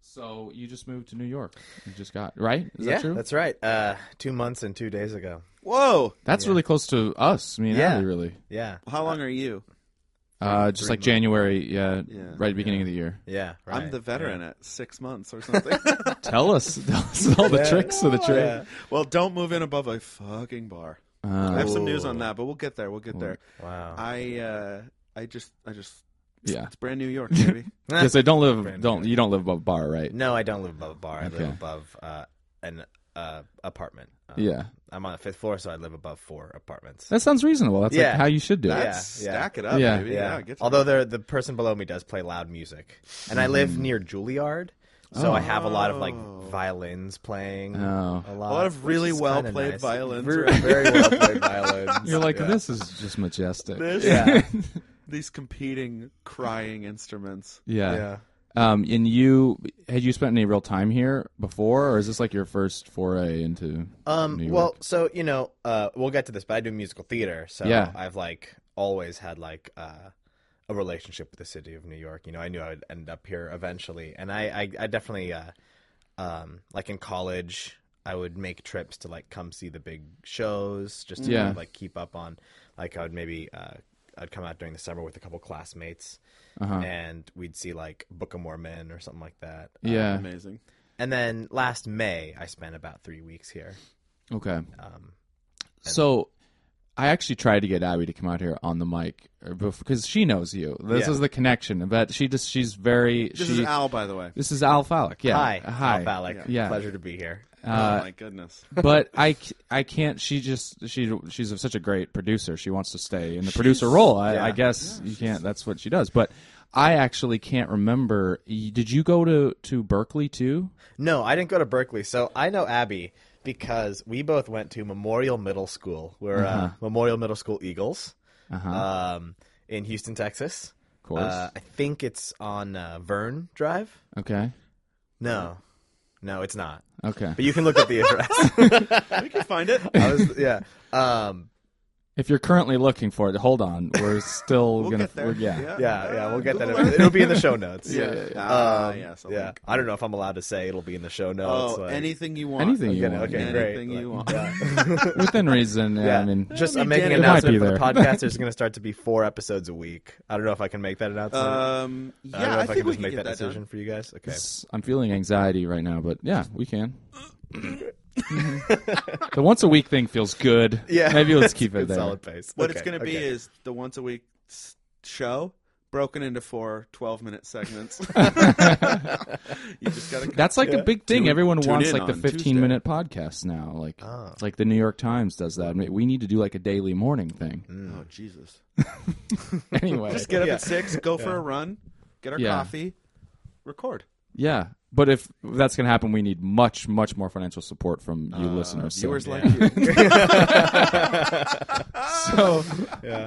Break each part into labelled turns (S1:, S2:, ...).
S1: So you just moved to New York. You just got right. Is
S2: yeah,
S1: that true?
S2: that's right. Uh, two months and two days ago.
S3: Whoa!
S1: That's really close to us. Me and
S2: Yeah.
S1: Abby, really.
S2: Yeah,
S3: How long are you?
S1: Uh, just like January, yeah,
S3: Yeah,
S1: right at the beginning of the year.
S2: yeah. Right.
S3: I'm the veteran at six months or something.
S1: Tell us, tell us all the
S2: Yeah.
S1: tricks of the
S2: Yeah.
S1: trade.
S3: well, don't move in above a fucking bar. I
S1: Uh,
S3: have some news on that, but we'll get there. We'll get there.
S2: Wow.
S3: I uh, I just I just
S1: yeah,
S3: it's brand New York, baby.
S1: because I don't live, don't you don't live above bar, right?
S2: no, I don't live above a bar. I
S1: Okay.
S2: live above uh, an uh, apartment. Um,
S1: Yeah,
S2: I'm on the fifth floor, so I live above four apartments.
S1: that sounds reasonable. That's like
S2: Yeah.
S1: how you should do it.
S3: That's
S2: yeah.
S3: stack it up,
S1: Yeah.
S3: baby. Yeah.
S2: yeah.
S3: get to
S2: Although the the person below me does play loud music, and I
S1: Mm-hmm.
S2: live near Juilliard, so I have a lot of like violins playing.
S1: Oh.
S2: A lot,
S3: Oh. A lot of really
S2: which is
S3: well
S2: kinda
S3: played
S2: nice.
S3: violins.
S2: Very, very well played violins.
S1: You're like,
S2: Yeah.
S1: this is just majestic.
S3: This-
S2: Yeah.
S3: these competing crying instruments.
S1: yeah.
S2: yeah.
S1: Um, and you had you spent any real time here before, or is this like your first foray into? New
S2: Um,
S1: York?
S2: well, so you know, uh, we'll get to this, but I do musical theater, so
S1: Yeah.
S2: I've like always had like uh, a relationship with the city of New York. You know, I knew I would end up here eventually, and I, I, I definitely, uh, um, like in college, I would make trips to like come see the big shows, just to
S1: Yeah.
S2: kind of, like keep up on. Like I would maybe uh, I'd come out during the summer with a couple classmates,
S1: Uh-huh.
S2: and we'd see like Book of Mormon or something like that. Uh,
S1: yeah.
S3: Amazing.
S2: and then last May, I spent about three weeks here.
S1: Okay. so I actually tried to get Abby to come out here on the mic because she knows you. This
S2: Yeah.
S1: is the connection, but she just she's very.
S3: This
S1: she,
S3: is Al, by the way.
S1: This is Al Falak. Yeah. Uh,
S2: Hi.
S1: Hi.
S2: Al Balak.
S1: Yeah.
S2: Pleasure to be here.
S3: oh my goodness.
S1: but I, c- I can't. She just she she's a- such a great producer. She wants to stay in the producer role. I, I
S2: yeah.
S1: guess you can't. That's what she does. But I actually can't remember. y- Did you go to to Berkeley too?
S2: No, I didn't go to Berkeley, so I know Abby because we both went to Memorial Middle School. We're
S1: Uh-huh.
S2: uh, Memorial Middle School Eagles um, in Houston, Texas.
S1: Of course.
S2: Uh, I think it's on uh, Vern Drive.
S1: okay.
S2: No, no, it's not.
S1: Okay.
S2: But you can look up the address.
S3: We can find it.
S2: I was, yeah. Um,
S1: If you're currently looking for it, hold on. We're still
S3: We'll
S1: gonna.
S3: get there.
S1: we're- yeah.
S2: yeah, yeah, we'll get that.
S3: Google Earth.
S2: It'll be in the show notes.
S3: Yeah. yeah, yeah. Ah,
S2: Um,
S3: yes, I'll
S2: yeah.
S3: link.
S2: I don't know if I'm allowed to say it'll be in the show notes.
S3: Oh,
S2: like-
S3: anything you want.
S1: Anything you
S2: Okay,
S1: want.
S2: okay, great.
S3: Anything you
S2: Like,
S3: want.
S1: Within reason. Yeah.
S2: Yeah,
S1: I mean,
S2: just
S3: I mean,
S2: I'm making
S3: Danny-
S2: an
S1: It might be
S2: announcement for the
S1: there.
S2: podcast. There's going to start to be four episodes a week. I don't know if I can make that announcement.
S3: Um, yeah,
S2: I don't know
S3: I,
S2: if I,
S3: think
S2: can
S3: we
S2: just
S3: can
S2: make
S3: get
S2: that,
S3: that
S2: decision
S3: Done.
S2: for you guys. Okay.
S1: It's- I'm feeling anxiety right now, but yeah, we can.
S2: Mm-hmm.
S1: the once a week thing feels good.
S2: Yeah,
S1: maybe let's keep it
S2: Good
S1: there.
S2: solid base.
S3: What it's
S2: Okay,
S3: going to be
S2: okay.
S3: is the once a week s- show broken into four 12 minute segments. you just got to.
S1: That's like a big thing.
S3: Tune-
S1: Everyone
S3: tune
S1: wants
S3: in
S1: like the
S3: on
S1: 15
S3: Tuesday.
S1: minute podcasts now. Like
S2: Ah.
S1: like the New York Times does that. I mean, we need to do like a daily morning thing.
S3: Oh Jesus!
S2: Mm.
S1: Anyway,
S3: Just get up
S2: Yeah.
S3: at six, go for a run, get our
S1: Yeah.
S3: coffee, record.
S1: yeah. But if that's gonna happen, we need much much more financial support from you
S2: Ah,
S1: listeners. So,
S3: Uh, Viewers like you.
S2: ah!
S1: so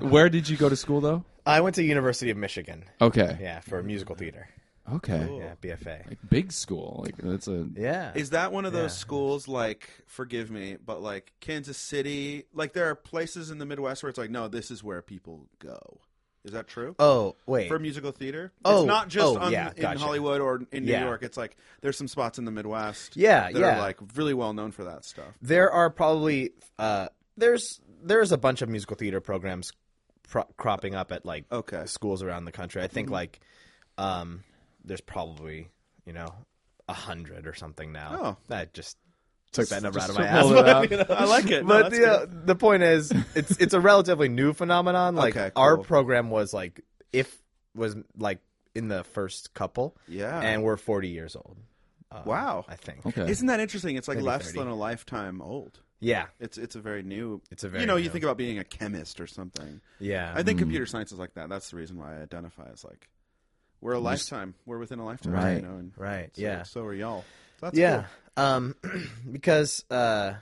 S1: where did you go to school though?
S2: I went to University of Michigan.
S1: Okay.
S2: Yeah, for musical theater.
S1: Okay.
S2: Yeah, BFA.
S1: Like big school. Like that's a
S2: Yeah.
S3: Is that one of those schools like? Forgive me, but like Kansas City, like there are places in the Midwest where it's like, no, this is where people go. Is that true?
S2: oh wait.
S3: for musical theater.
S2: Oh,
S3: it's not just
S2: oh,
S3: on,
S2: yeah,
S3: in
S2: gotcha.
S3: Hollywood or in New
S2: Yeah.
S3: York. It's like there's some spots in the Midwest.
S2: Yeah,
S3: that are
S2: yeah.
S3: like really well known for that stuff.
S2: there are probably uh, there's there's a bunch of musical theater programs pro- cropping up at like
S3: Okay. Mm-hmm.
S2: schools around the country. I think like um, there's probably you know a hundred or something now.
S3: Oh.
S2: that just
S1: Took-
S2: took that number
S1: just
S2: out of my ass.
S1: pulled it out.
S3: I like it. No,
S2: But
S3: that's
S2: the, uh, the point is, it's it's a relatively new phenomenon. Like
S3: Okay,
S2: our
S3: cool.
S2: program was like if was like in the first couple,
S3: Yeah. Oh.
S2: and we're forty years old.
S3: good. wow.
S2: I think. uh,
S1: Okay.
S3: Isn't that interesting? It's like less
S2: 30.
S3: than a lifetime old.
S2: Yeah.
S3: It's it's a very new.
S2: It's a very
S3: you know you
S2: new- Um,
S3: think about being a chemist or something.
S2: Yeah.
S3: I think computer science is like that. That's the reason why I identify as like we're a lifetime. We're within a lifetime.
S1: Right,
S3: You know, and
S2: right,
S3: So,
S2: yeah.
S3: So are y'all. So that's
S2: yeah.
S3: cool.
S2: Um, because uh,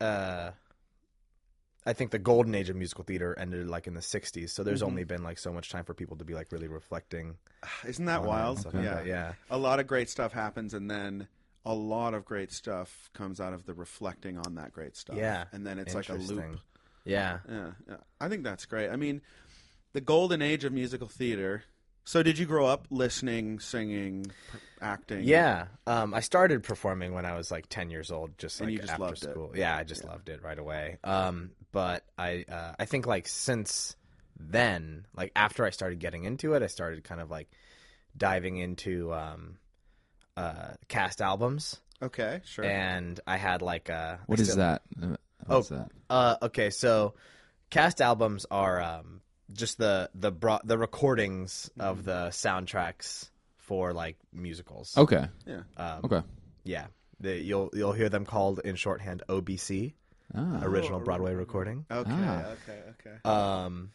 S2: uh, I think the golden age of musical theater ended like in the '60s, so
S3: Mm-hmm.
S2: there's only been like so much time for people to be like really reflecting.
S3: Isn't
S2: Oh,
S3: that wild?
S2: okay.
S3: Yeah,
S2: Yeah.
S3: A lot of great stuff happens, and then a lot of great stuff comes out of the reflecting on that great stuff.
S2: Yeah.
S3: and then it's like a loop.
S2: Interesting. Yeah.
S3: Yeah, yeah. I think that's great. I mean, the golden age of musical theater So did you grow up listening, singing, p- acting?
S2: Yeah, um, I started performing when I was like ten years old, just
S3: And
S2: like
S3: you just
S2: after
S3: loved it.
S2: school. Yeah, I just loved it right away. Um, but I, uh, I think like since then, like after I started getting into it, I started kind of like diving into um, uh, cast albums,
S3: Okay, sure.
S2: and I had like a
S1: What is that?
S3: Oh.
S1: Uh, What's that?
S2: Uh, okay, so cast albums are um, just the the bro- the recordings
S3: Mm.
S2: of the soundtracks for like musicals.
S1: Okay.
S3: yeah.
S2: Um,
S1: Okay.
S2: Yeah, the, you'll you'll hear them called in shorthand OBC,
S1: Ah.
S2: original
S3: Oh, Hmm.
S2: Broadway recording.
S3: Okay,
S1: Ah.
S3: okay, okay.
S2: Um,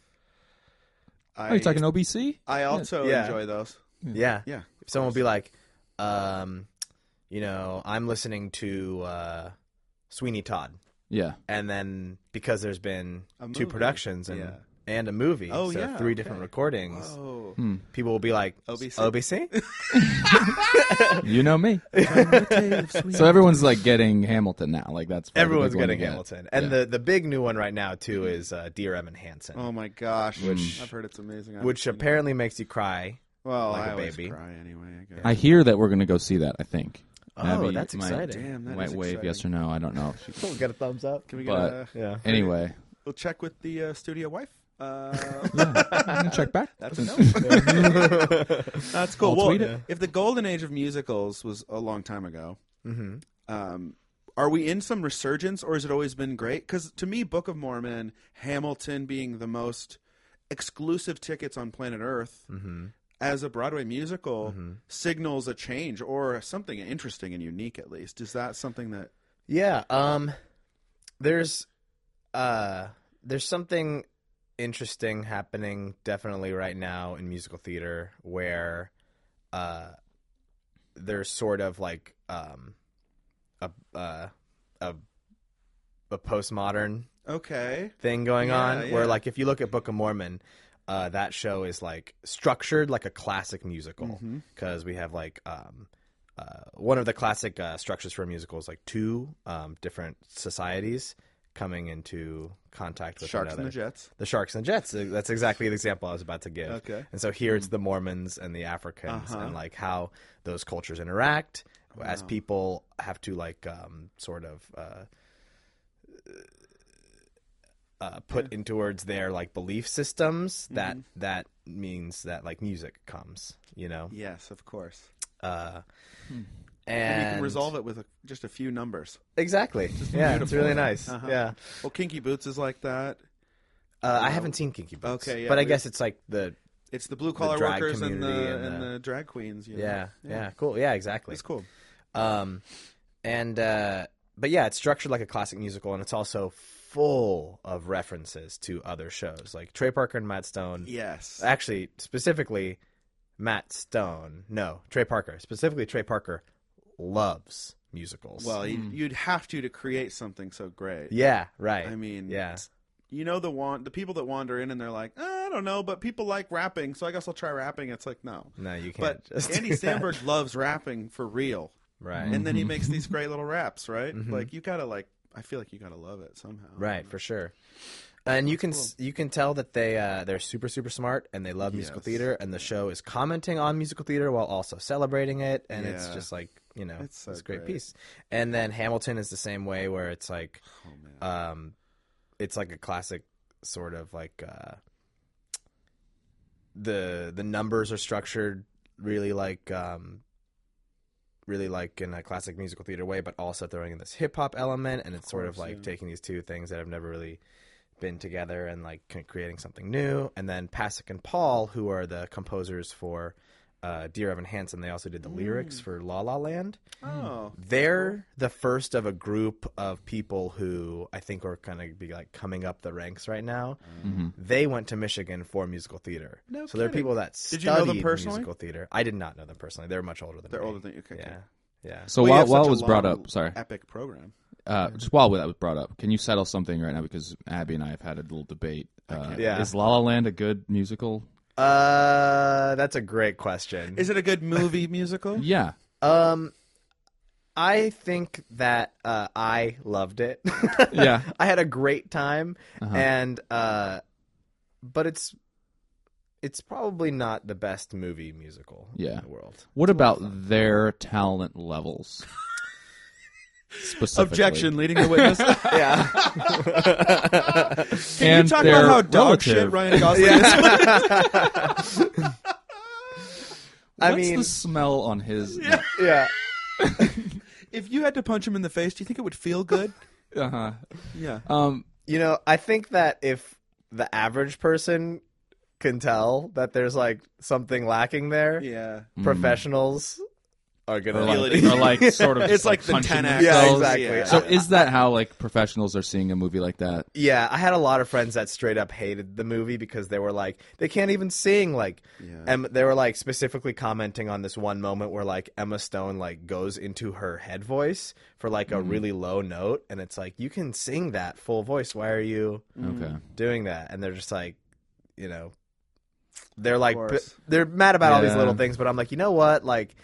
S3: I,
S1: Are you Oh, talking OBC?
S3: I also
S2: Yeah.
S3: enjoy those.
S2: yeah,
S3: Yeah.
S2: someone will be like, um, you know, I'm listening to uh, Sweeney Todd,
S1: Yeah.
S2: and then because there's been
S3: A
S2: two
S3: movie.
S2: productions and
S3: Yeah.
S2: and a movie,
S3: Oh,
S2: so
S3: yeah,
S2: three different
S3: okay.
S2: recordings.
S3: Whoa.
S1: Hmm.
S2: People will be like,
S3: OBC?
S2: OBC?
S1: You know me. so everyone's like getting Hamilton now. Like that's probably the
S2: Everyone's
S1: big one to
S2: getting
S1: get.
S2: Hamilton. And
S1: Yeah.
S2: the, the big new one right now, too, is uh, Dear Evan Hansen,
S3: Mm-hmm. Oh my gosh.
S2: Which-
S3: I've heard it's amazing. I
S2: which
S3: haven't seen it.
S2: apparently makes you cry.
S3: well,
S2: like
S3: I
S2: a
S3: always
S2: baby.
S3: cry anyway. I guess.
S1: I hear that we're gonna go see that. I think.
S2: Oh, that's exciting.
S3: Damn, that
S1: Might
S3: is
S1: wave
S3: exciting.
S1: yes or no. I don't know.
S2: We'll get a thumbs up.
S3: Can we get
S1: But
S3: a?
S2: Yeah.
S1: anyway,
S3: We'll check with the uh, studio wife. Uh,
S1: check back.
S3: that's a no. That's cool.
S1: I'll
S3: well,
S1: tweet it.
S3: if the golden age of musicals was a long time ago,
S1: Mm-hmm.
S3: um, are we in some resurgence, or has it always been great? Because to me, Book of Mormon, Hamilton being the most exclusive tickets on planet Earth
S1: Mm-hmm.
S3: as a Broadway musical signals a change or something interesting and unique. At least, is that something that?
S2: Yeah. Um. There's, uh, there's something interesting happening definitely right now in musical theater where, uh, there's sort of like um, a uh, a a postmodern
S3: Okay.
S2: thing going
S3: Yeah,
S2: on where
S3: yeah.
S2: like if you look at Book of Mormon, uh, that show is like structured like a classic musical
S3: Mhm.
S2: because we have like um, uh, one of the classic uh, structures for a musical is like two um, different societies coming into contact with
S3: Sharks
S2: another.
S3: and the Jets.
S2: The Sharks and Jets. uh, That's exactly the example I was about to give.
S3: Okay. Hmm.
S2: And so here it's the Mormons and the Africans
S3: Uh-huh.
S2: and like how those cultures interact as people have to like um, sort of uh, uh, put into words their like belief systems. That
S3: Mm-hmm.
S2: that means that like music comes, you know.
S3: Yes, of course.
S2: Uh,
S3: Hmm. And,
S2: and
S3: you can resolve it with a, just a few numbers.
S2: exactly. Yeah, it's really nice.
S3: Uh-huh.
S2: Yeah.
S3: Well, Kinky Boots is like that.
S2: Uh, I haven't seen Kinky Boots,
S3: Okay, yeah,
S2: but I
S3: we-
S2: guess it's like the
S3: It's the blue collar
S2: drag
S3: workers and
S2: community
S3: the,
S2: and
S3: and,
S2: the-
S3: the, drag queens. You know?
S2: yeah, yeah, cool, yeah, exactly.
S3: It's cool.
S2: Um, and uh, but yeah, it's structured like a classic musical, and it's also full of references to other shows, like Trey Parker and Matt Stone.
S3: Yes.
S2: Actually, specifically, Matt Stone. No, Trey Parker. Specifically, Trey Parker loves musicals.
S3: Well, you, you'd have to to create something so great.
S2: mm. yeah, right.
S3: I mean,
S2: yeah,
S3: You know the want the people that wander in and they're like, "Uh, I don't know, but people like rapping, so I guess I'll try rapping. It's like no,
S2: no, you can't.
S3: but
S2: just
S3: Andy
S2: do that. Mm-hmm.
S3: Samberg loves rapping for real,
S2: right?
S3: and then he makes these great little raps, right? Like you gotta like, I feel like you gotta love it somehow,
S2: Mm-hmm. Right, for sure. And you can s you can tell that they uh, they're super super smart and they love musical
S3: Yes.
S2: theater and the show is commenting on musical theater while also celebrating it and it's
S3: Yeah.
S2: just like you know it's,
S3: It's so
S2: a great,
S3: great.
S2: piece. And then Hamilton is the same way where it's like
S3: Oh man,
S2: um, it's like a classic sort of like uh, the the numbers are structured really like um, really like in a classic musical theater way, but also throwing in this hip hop element, and it's sort of
S3: course,
S2: like
S3: yeah.
S2: taking these two things that have never really been together and like c- creating something new. And then Pasek and Paul, who are the composers for. Uh, Dear Evan Hansen, they also did
S3: Mm.
S2: the lyrics for La La Land
S3: oh,
S2: they're the first of a group of people who I think are going to be like coming up the ranks right now.
S1: Mm-hmm.
S2: They went to Michigan for musical theater.
S3: No
S2: so they're
S3: kidding.
S2: people that
S3: Did you know them
S2: studied
S3: personally?
S2: musical theater. I did not know them personally. They're much older than
S3: they're
S2: me.
S3: older than you. Okay,
S2: Yeah.
S3: okay.
S2: Yeah.
S1: So
S3: Well, you
S1: while
S3: have such
S1: while
S3: a
S1: it was brought
S3: long,
S1: up, sorry,
S3: epic program.
S1: uh, just while that was brought up, can you settle something right now because Abby and I have had a little debate. Uh,
S2: Yeah.
S1: Is La La Land a good musical?
S2: Uh that's a great question.
S3: Is it a good movie musical?
S1: Yeah.
S2: Um I think that uh, I loved it.
S1: Yeah. Uh-huh.
S2: I had a great time, and uh, but it's it's probably not the best movie musical
S1: Yeah.
S2: in the world.
S1: What about their talent levels? Specifically.
S3: Objection, leading the witness. Can
S2: Yeah.
S1: And
S3: you talk
S1: their
S3: about how dog shit
S1: relative.
S3: Ryan Gosling is?
S2: I
S1: What's
S2: mean,
S1: the smell on his?
S2: yeah.
S3: If you had to punch him in the face, do you think it would feel good?
S1: Uh-huh.
S3: Yeah.
S1: Um,
S2: You know, I think that if the average person can tell that there's like something lacking there,
S3: Yeah.
S1: Mm.
S2: professionals are gonna
S1: Hmm. or
S2: like,
S1: like, or like sort of.
S3: It's
S1: just,
S3: like the
S1: punching
S3: 10X.
S2: yeah,
S1: themselves.
S2: exactly.
S3: Yeah.
S1: So is that how like professionals are seeing a movie like that?
S2: Yeah, I had a lot of friends that straight up hated the movie because they were like, they can't even sing. Like,
S3: Yeah.
S2: and they were like specifically commenting on this one moment where like Emma Stone like goes into her head voice for like a
S1: Mm-hmm.
S2: really low note, and it's like you can sing that full voice. Why are you
S1: Okay.
S2: doing that? And they're just like, you know, they're like b-
S3: course.
S2: they're mad about all these
S1: Yeah.
S2: little things, but I'm like, you know what, like.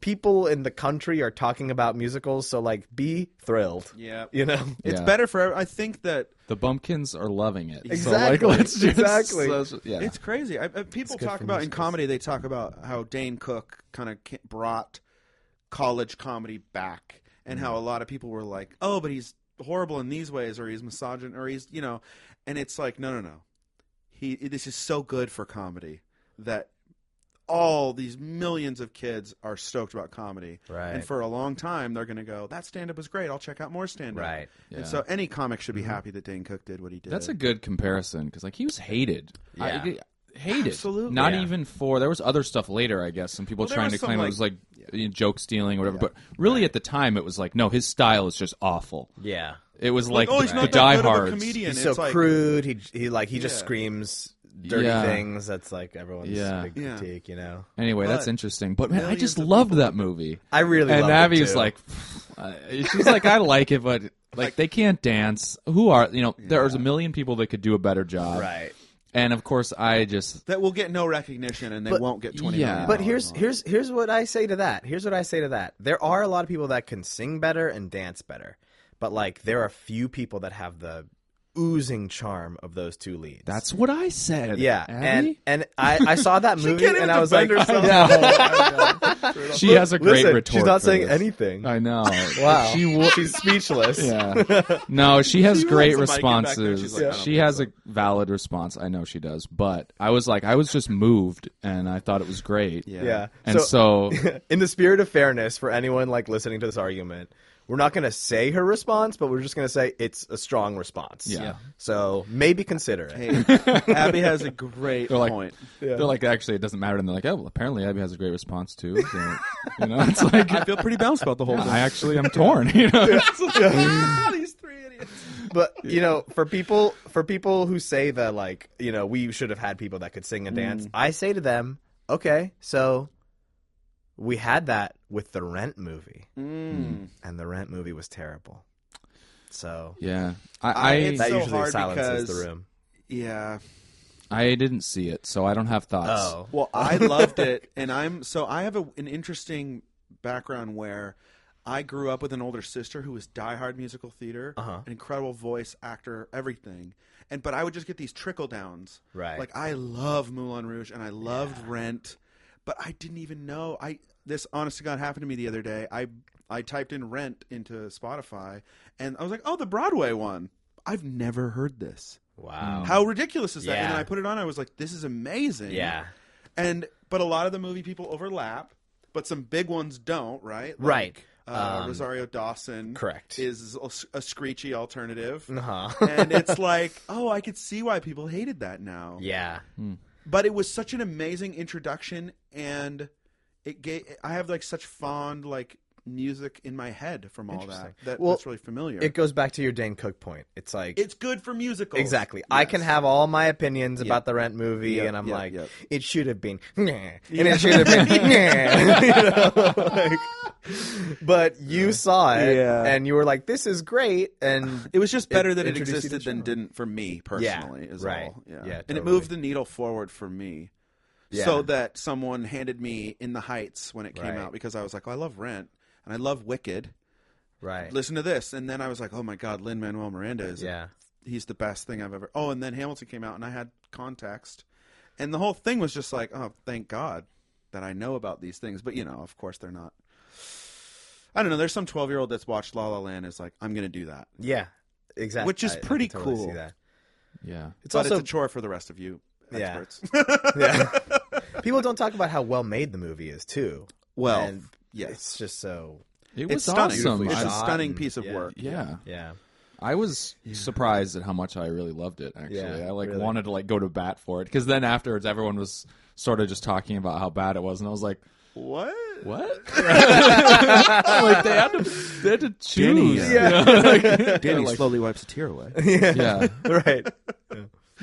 S2: People in the country are talking about musicals, so like, be thrilled.
S3: Yeah.
S2: You know,
S3: It's
S1: Yeah.
S3: better for. ev- I think that
S1: The bumpkins are loving it. So
S2: Exactly.
S1: like, let's just,
S2: Exactly.
S1: let's- yeah.
S3: It's crazy. I, I, people
S2: good
S3: talk
S2: for
S3: about in
S2: musicals.
S3: comedy. They talk about how Dane Cook kind of brought college comedy back, and
S2: Mm.
S3: how a lot of people were like, "Oh, but he's horrible in these ways, or he's misogynist, or he's you know," and it's like, no, no, no. He this is so good for comedy that all these millions of kids are stoked about comedy,
S2: Right.
S3: and for a long time they're going to go, "That stand up is great. I'll check out more stand up."
S2: Right. Mm-hmm.
S1: Yeah.
S3: And so any comic should be happy that Dane Cook did what he did.
S1: That's a good comparison because like he was hated.
S2: Yeah.
S1: I, hated.
S3: Absolutely.
S1: Not
S2: Yeah.
S1: even for there was other stuff later. I guess some people
S3: Well, there
S1: trying
S3: was
S1: to
S3: some,
S1: claim
S3: like-
S1: it was like you know, joke stealing or whatever. But really, at the time, it was like no, his style is just awful.
S2: yeah.
S1: It was like,
S3: oh, he's
S1: the
S3: not that good of a
S1: diehards.
S3: comedian.
S2: he's so
S3: It's like-
S2: crude. He he like he just
S3: Yeah.
S2: screams dirty
S1: Yeah.
S2: things. That's like everyone's
S1: Yeah.
S2: big
S3: Yeah.
S2: critique, you know.
S1: Anyway, that's
S3: But
S1: interesting. But man, I
S3: millions
S1: just
S3: of
S1: loved
S3: people-
S1: that movie.
S2: I really
S1: and
S2: loved it,
S1: Abby's
S2: too.
S1: like, uh, she's like, I like it, but like, they can't dance. Who are you know? There's a million people that could do a better job,
S2: right.
S1: And of course, I just
S3: that will get no recognition and they
S2: But-
S3: won't get twenty.
S1: yeah.
S3: million
S2: But
S3: dollars
S2: here's
S3: on it.
S2: here's here's what I say to that. Here's what I say to that. There are a lot of people that can sing better and dance better, but like there are few people that have the oozing charm of those two leads.
S1: that's what I said.
S2: yeah,
S1: Abby?
S2: and and I, I saw that movie
S3: can't
S2: and
S3: even
S2: I was like,
S3: defend herself.
S1: she has a great
S2: Listen,
S1: retort.
S2: she's not
S1: for
S2: saying
S1: this.
S2: anything.
S1: I know.
S2: Wow,
S1: She will.
S2: she's speechless.
S1: Yeah. No, she has
S3: She
S1: great
S3: holds a mic in back there,
S1: responses.
S3: she's like, I don't
S1: she
S3: think
S1: has a valid response. I know she does. But I was like, I was just moved, and I thought it was great.
S3: Yeah.
S2: Yeah.
S1: And so,
S2: in the spirit of fairness for anyone like listening to this argument, we're not going to say her response, but we're just going to say it's a strong response.
S1: Yeah. Yeah.
S2: So maybe consider it.
S3: Hey, Abby has a great
S1: They're like-
S3: point.
S1: they're like, actually, it doesn't matter. And they're like, oh, well, apparently Abby has a great response too. So, you know, it's like
S3: I feel pretty balanced about the whole
S1: I actually am torn. You know,
S3: thing. Ah, These three idiots.
S2: But you know, for people for people who say that like, you know, we should have had people that could sing and dance,
S3: Mm.
S2: I say to them, okay, so we had that with the Rent movie,
S1: hmm.
S3: Mm.
S2: and the Rent movie was terrible. So
S1: yeah.
S3: I-
S1: I
S2: that
S3: So
S2: usually
S3: hard
S2: silences
S3: because-
S2: the room.
S3: Yeah.
S1: I, I didn't see it, so I don't have thoughts.
S2: Oh.
S3: Well, I loved it, and I'm so I have a, an interesting background where I grew up with an older sister who was diehard musical theater,
S2: Uh-huh.
S3: an incredible voice actor, everything, and but I would just get these trickle downs.
S2: Right.
S3: Like I love Moulin Rouge, and I loved Rent, but I didn't even know I this. Honest to God, happened to me the other day. I I typed in Rent into Spotify, and I was like, oh, the Broadway one. I've never heard this.
S2: Wow.
S3: How ridiculous is that?
S2: Oh. Yeah.
S3: And then I put it on. I was like, this is amazing.
S2: Yeah.
S3: And but a lot of the movie people overlap, but some big ones don't, right? Like,
S2: Right.
S3: Uh,
S2: Um,
S3: Rosario Dawson,
S2: correct.
S3: is a, a screechy alternative,
S2: Uh-huh.
S3: and it's like, oh, I could see why people hated that now.
S2: yeah.
S3: But it was such an amazing introduction, and it gave. I have like such fond like music in my head from all that.
S2: Interesting.
S3: that
S2: Well,
S3: that's really familiar.
S2: It goes back to your Dane Cook point. It's like
S3: it's good for musicals.
S2: exactly. I can
S3: Yes.
S2: have all my opinions about the Rent movie,
S3: Yep,
S2: and I'm
S3: yep,
S2: like,
S3: yep.
S2: it should have been, "Nah," and it should have been. "Nah," you know, like- but you saw it,
S3: Yeah.
S2: and you were like, "This is great," and
S3: It was just better
S2: It
S3: that it
S2: introduced you to
S3: existed
S2: the
S3: than
S2: genre.
S3: didn't for me personally. is
S2: right.
S3: all. Yeah,
S2: Yeah,
S3: and it
S2: totally.
S3: moved the needle forward for me,
S2: Yeah.
S3: so that someone handed me In the Heights when it came
S2: Right.
S3: out because I was like, oh, I love Rent and I love Wicked.
S2: right,
S3: Listen to this, and then I was like, oh my God, Lin Manuel Miranda is
S2: yeah,
S3: he's the best thing I've ever. Oh, and then Hamilton came out, and I had context, and the whole thing was just like, oh, thank God that I know about these things. But you know, of course, they're not. I don't know. There's some 12 year old that's watched La La Land is like, I'm going to do that,
S2: Yeah, exactly.
S3: Which is
S2: I- I can
S3: pretty
S2: totally see
S3: cool.
S2: that.
S1: Yeah.
S2: It's
S3: but
S2: also
S3: it's a chore for the rest of you
S2: Yeah.
S3: experts.
S2: yeah. People don't talk about how well made the movie is too.
S3: well,
S2: And
S3: yes,
S2: It's just so
S1: It was
S3: it's stunning.
S1: awesome.
S3: It's
S1: I-
S3: a
S2: shot
S3: stunning
S2: and-
S3: piece of
S2: yeah.
S3: work.
S1: yeah.
S2: yeah.
S1: I was surprised at how much I really loved it. Actually,
S2: Yeah,
S1: I like
S2: really.
S1: wanted to like go to bat for it because then afterwards everyone was sort of just talking about how bad it was, and I was like,
S3: What?
S1: "What?" I'm like, they had to they had to
S3: Danny,
S1: choose.
S3: uh, Danny slowly wipes a tear away.
S2: yeah.
S1: yeah,
S2: right.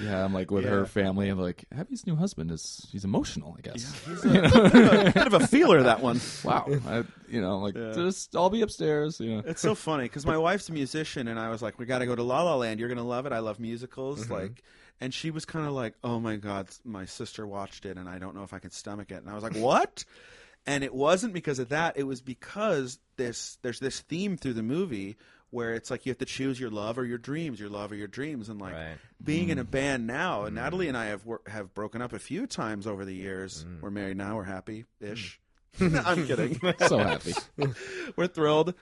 S1: yeah. I'm like with
S2: Yeah.
S1: her family, and like Abby's new husband is he's emotional. I guess.
S3: Bit of a feeler that one.
S1: Wow, I, you know, like just I'll be upstairs. You know,
S3: It's so funny because my wife's a musician, and I was like, "We got to go to La La Land. You're gonna love it. I love musicals." Like, and she was kind of like, "Oh my god, my sister watched it, and I don't know if I can stomach it." And I was like, "What?" and it wasn't because of that. It was because this there's this theme through the movie where it's like you have to choose your love or your dreams, your love or your dreams, and like
S2: Right.
S3: being in a band now. And Natalie and I have wor- have broken up a few times over the years. We're married now. We're happy ish. I'm kidding
S1: so happy.
S3: we're thrilled.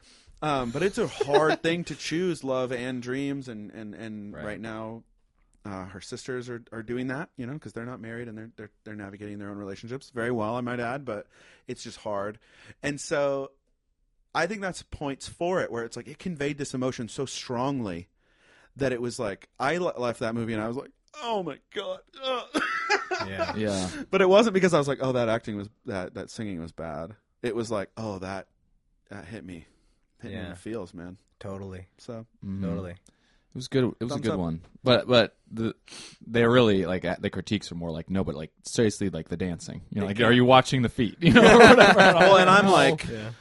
S3: Um, but it's a hard thing to choose love and dreams, and and and right,
S2: Right.
S3: now, uh, her sisters are, are doing that, you know, because they're not married and they're, they're they're navigating their own relationships very well, I might add. But it's just hard, and so I think that's points for it, where it's like it conveyed this emotion so strongly that it was like I le- left that movie and I was like, oh my god. ugh."
S2: Yeah.
S1: Yeah,
S3: but it wasn't because I was like, oh, that acting was that that singing was bad. It was like, oh, that that hit me, hit me in
S2: Yeah.
S3: the feels, man.
S2: Totally.
S3: So
S1: Mhm.
S2: Totally.
S1: It was good. It was
S3: Thumbs
S1: a good
S3: up.
S1: one. But but the they're really like uh, the critiques are more like no, but like seriously, like the dancing. You know, like are you watching the feet? You know, or whatever.
S3: Well, and I'm like-
S2: Yeah.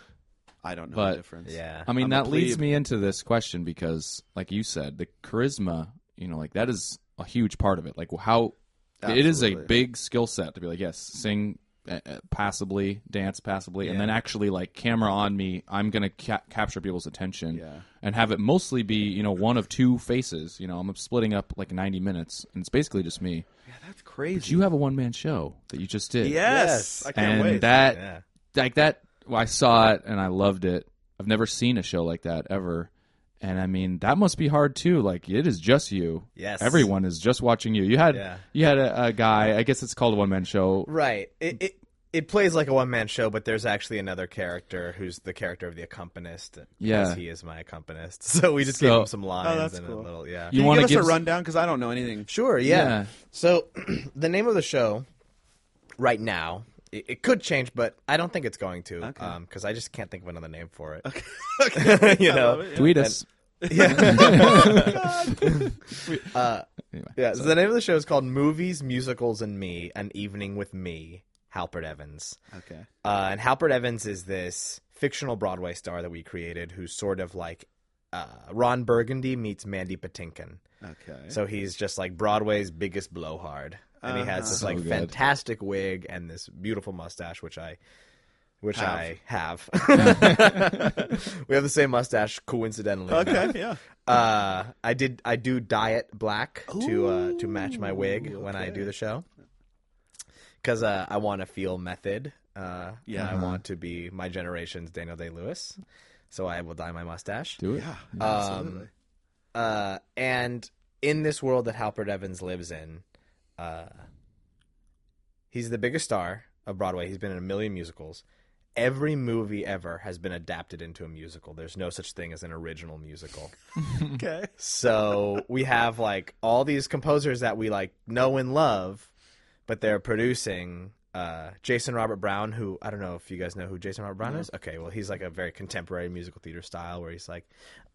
S3: I don't know
S1: But-
S3: the difference.
S2: Yeah.
S1: I mean,
S3: I'm a
S1: that leads
S3: plebe.
S1: me into this question because, like you said, the charisma. You know, like that is a huge part of it. Like how it is a
S3: Absolutely.
S1: big skill set to be like, yes, sing uh, uh, passably, dance passably, and then actually like camera on me. I'm gonna ca- capture people's attention.
S3: Yeah.
S1: and have it mostly be you know one of two faces. You know, I'm splitting up like 90 minutes, and it's basically just me.
S3: Yeah, that's crazy.
S1: But you have a one man show that you just did.
S3: yes, I can't
S1: and
S3: wait.
S1: that
S2: Yeah.
S1: like that. I saw it and I loved it. I've never seen a show like that ever. And I mean, that must be hard too. Like it is just you.
S2: Yes.
S1: Everyone is just watching you. You had
S2: Yeah.
S1: you had a, a guy. I guess it's called a one man show.
S2: Right. It it it plays like a one man show, but there's actually another character who's the character of the accompanist. because
S1: Yeah.
S2: He is my accompanist. So we just gave
S1: So-
S2: him some lines
S3: that's
S2: and a
S3: cool.
S2: little yeah.
S1: You
S3: Can you
S1: want
S3: give
S1: to
S3: us
S1: give
S3: a rundown because I don't know anything.
S2: Sure, yeah.
S1: Yeah.
S2: So the name of the show right now, it, it could change, but I don't think it's going to because I just can't think of another name for it. you know?
S1: tweet us? Oh, Anyway.
S2: Uh, Yeah, so the name of the show is called Movies, Musicals, and Me, An Evening with Me, Halpert Evans.
S3: Okay.
S2: Uh, and Halpert Evans is this fictional Broadway star that we created who's sort of like uh, Ron Burgundy meets Mandy Patinkin.
S3: Okay.
S2: So he's just like Broadway's biggest blowhard, and he has this
S3: Uh-huh.
S1: So
S2: like
S1: good.
S2: fantastic wig and this beautiful mustache, which I, which
S3: Have.
S2: I have. we have the same mustache, coincidentally.
S3: okay. Yeah.
S2: Uh, I did. I do dye it black to uh, to match my wig when I do the show, because uh, I want to feel method. Uh, yeah,
S3: Yeah.
S2: I want to be my generation's Daniel Day Lewis, so I will dye my mustache.
S1: Do it.
S3: Yeah.
S2: Um, uh, and in this world that Halpert Evans lives in, uh, he's the biggest star of Broadway. He's been in a million musicals. Every movie ever has been adapted into a musical. There's no such thing as an original musical.
S3: okay.
S2: So we have like all these composers that we like know and love, but they're producing uh, Jason Robert Brown, who I don't know if you guys know who Jason Robert Brown is. Okay, well he's like a very contemporary musical theater style where he's like,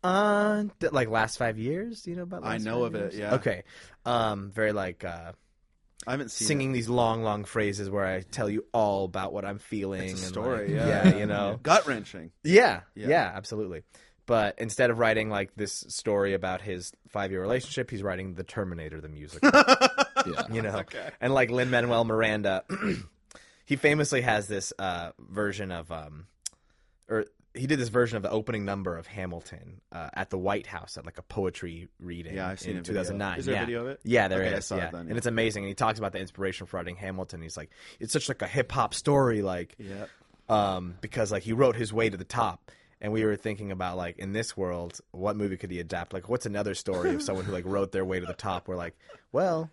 S2: uh, th- like last five years. Do you know about?
S3: I
S2: Last
S3: know
S2: Five
S3: of it,
S2: Years?
S3: yeah.
S2: Okay, um, very like uh,
S3: I haven't seen
S2: singing these long, long phrases where I tell you all about what I'm feeling.
S3: It's a
S2: and,
S3: story,
S2: like,
S3: yeah.
S2: you know.
S3: Gut wrenching.
S2: Yeah,
S3: Yeah.
S2: yeah, absolutely. But instead of writing like this story about his five-year relationship, he's writing the Terminator, the musical.
S1: Yeah.
S2: you know, and like Lin Manuel Miranda, he famously has this uh, version of, um, or he did this version of the opening number of Hamilton uh, at the White House at like a poetry reading.
S3: Yeah, I've seen
S2: in
S3: a video.
S2: 2009.
S3: Is there a
S2: yeah.
S3: video of it?
S2: Yeah, there is.
S3: Okay, I saw it
S2: yeah.
S3: then, yeah.
S2: and it's amazing. And he talks about the inspiration for writing Hamilton. He's like, it's such like a hip hop story, like,
S3: Yep.
S2: um, because like he wrote his way to the top. And we were thinking about like in this world, what movie could he adapt? Like, what's another story of someone who like wrote their way to the top? We're like, well,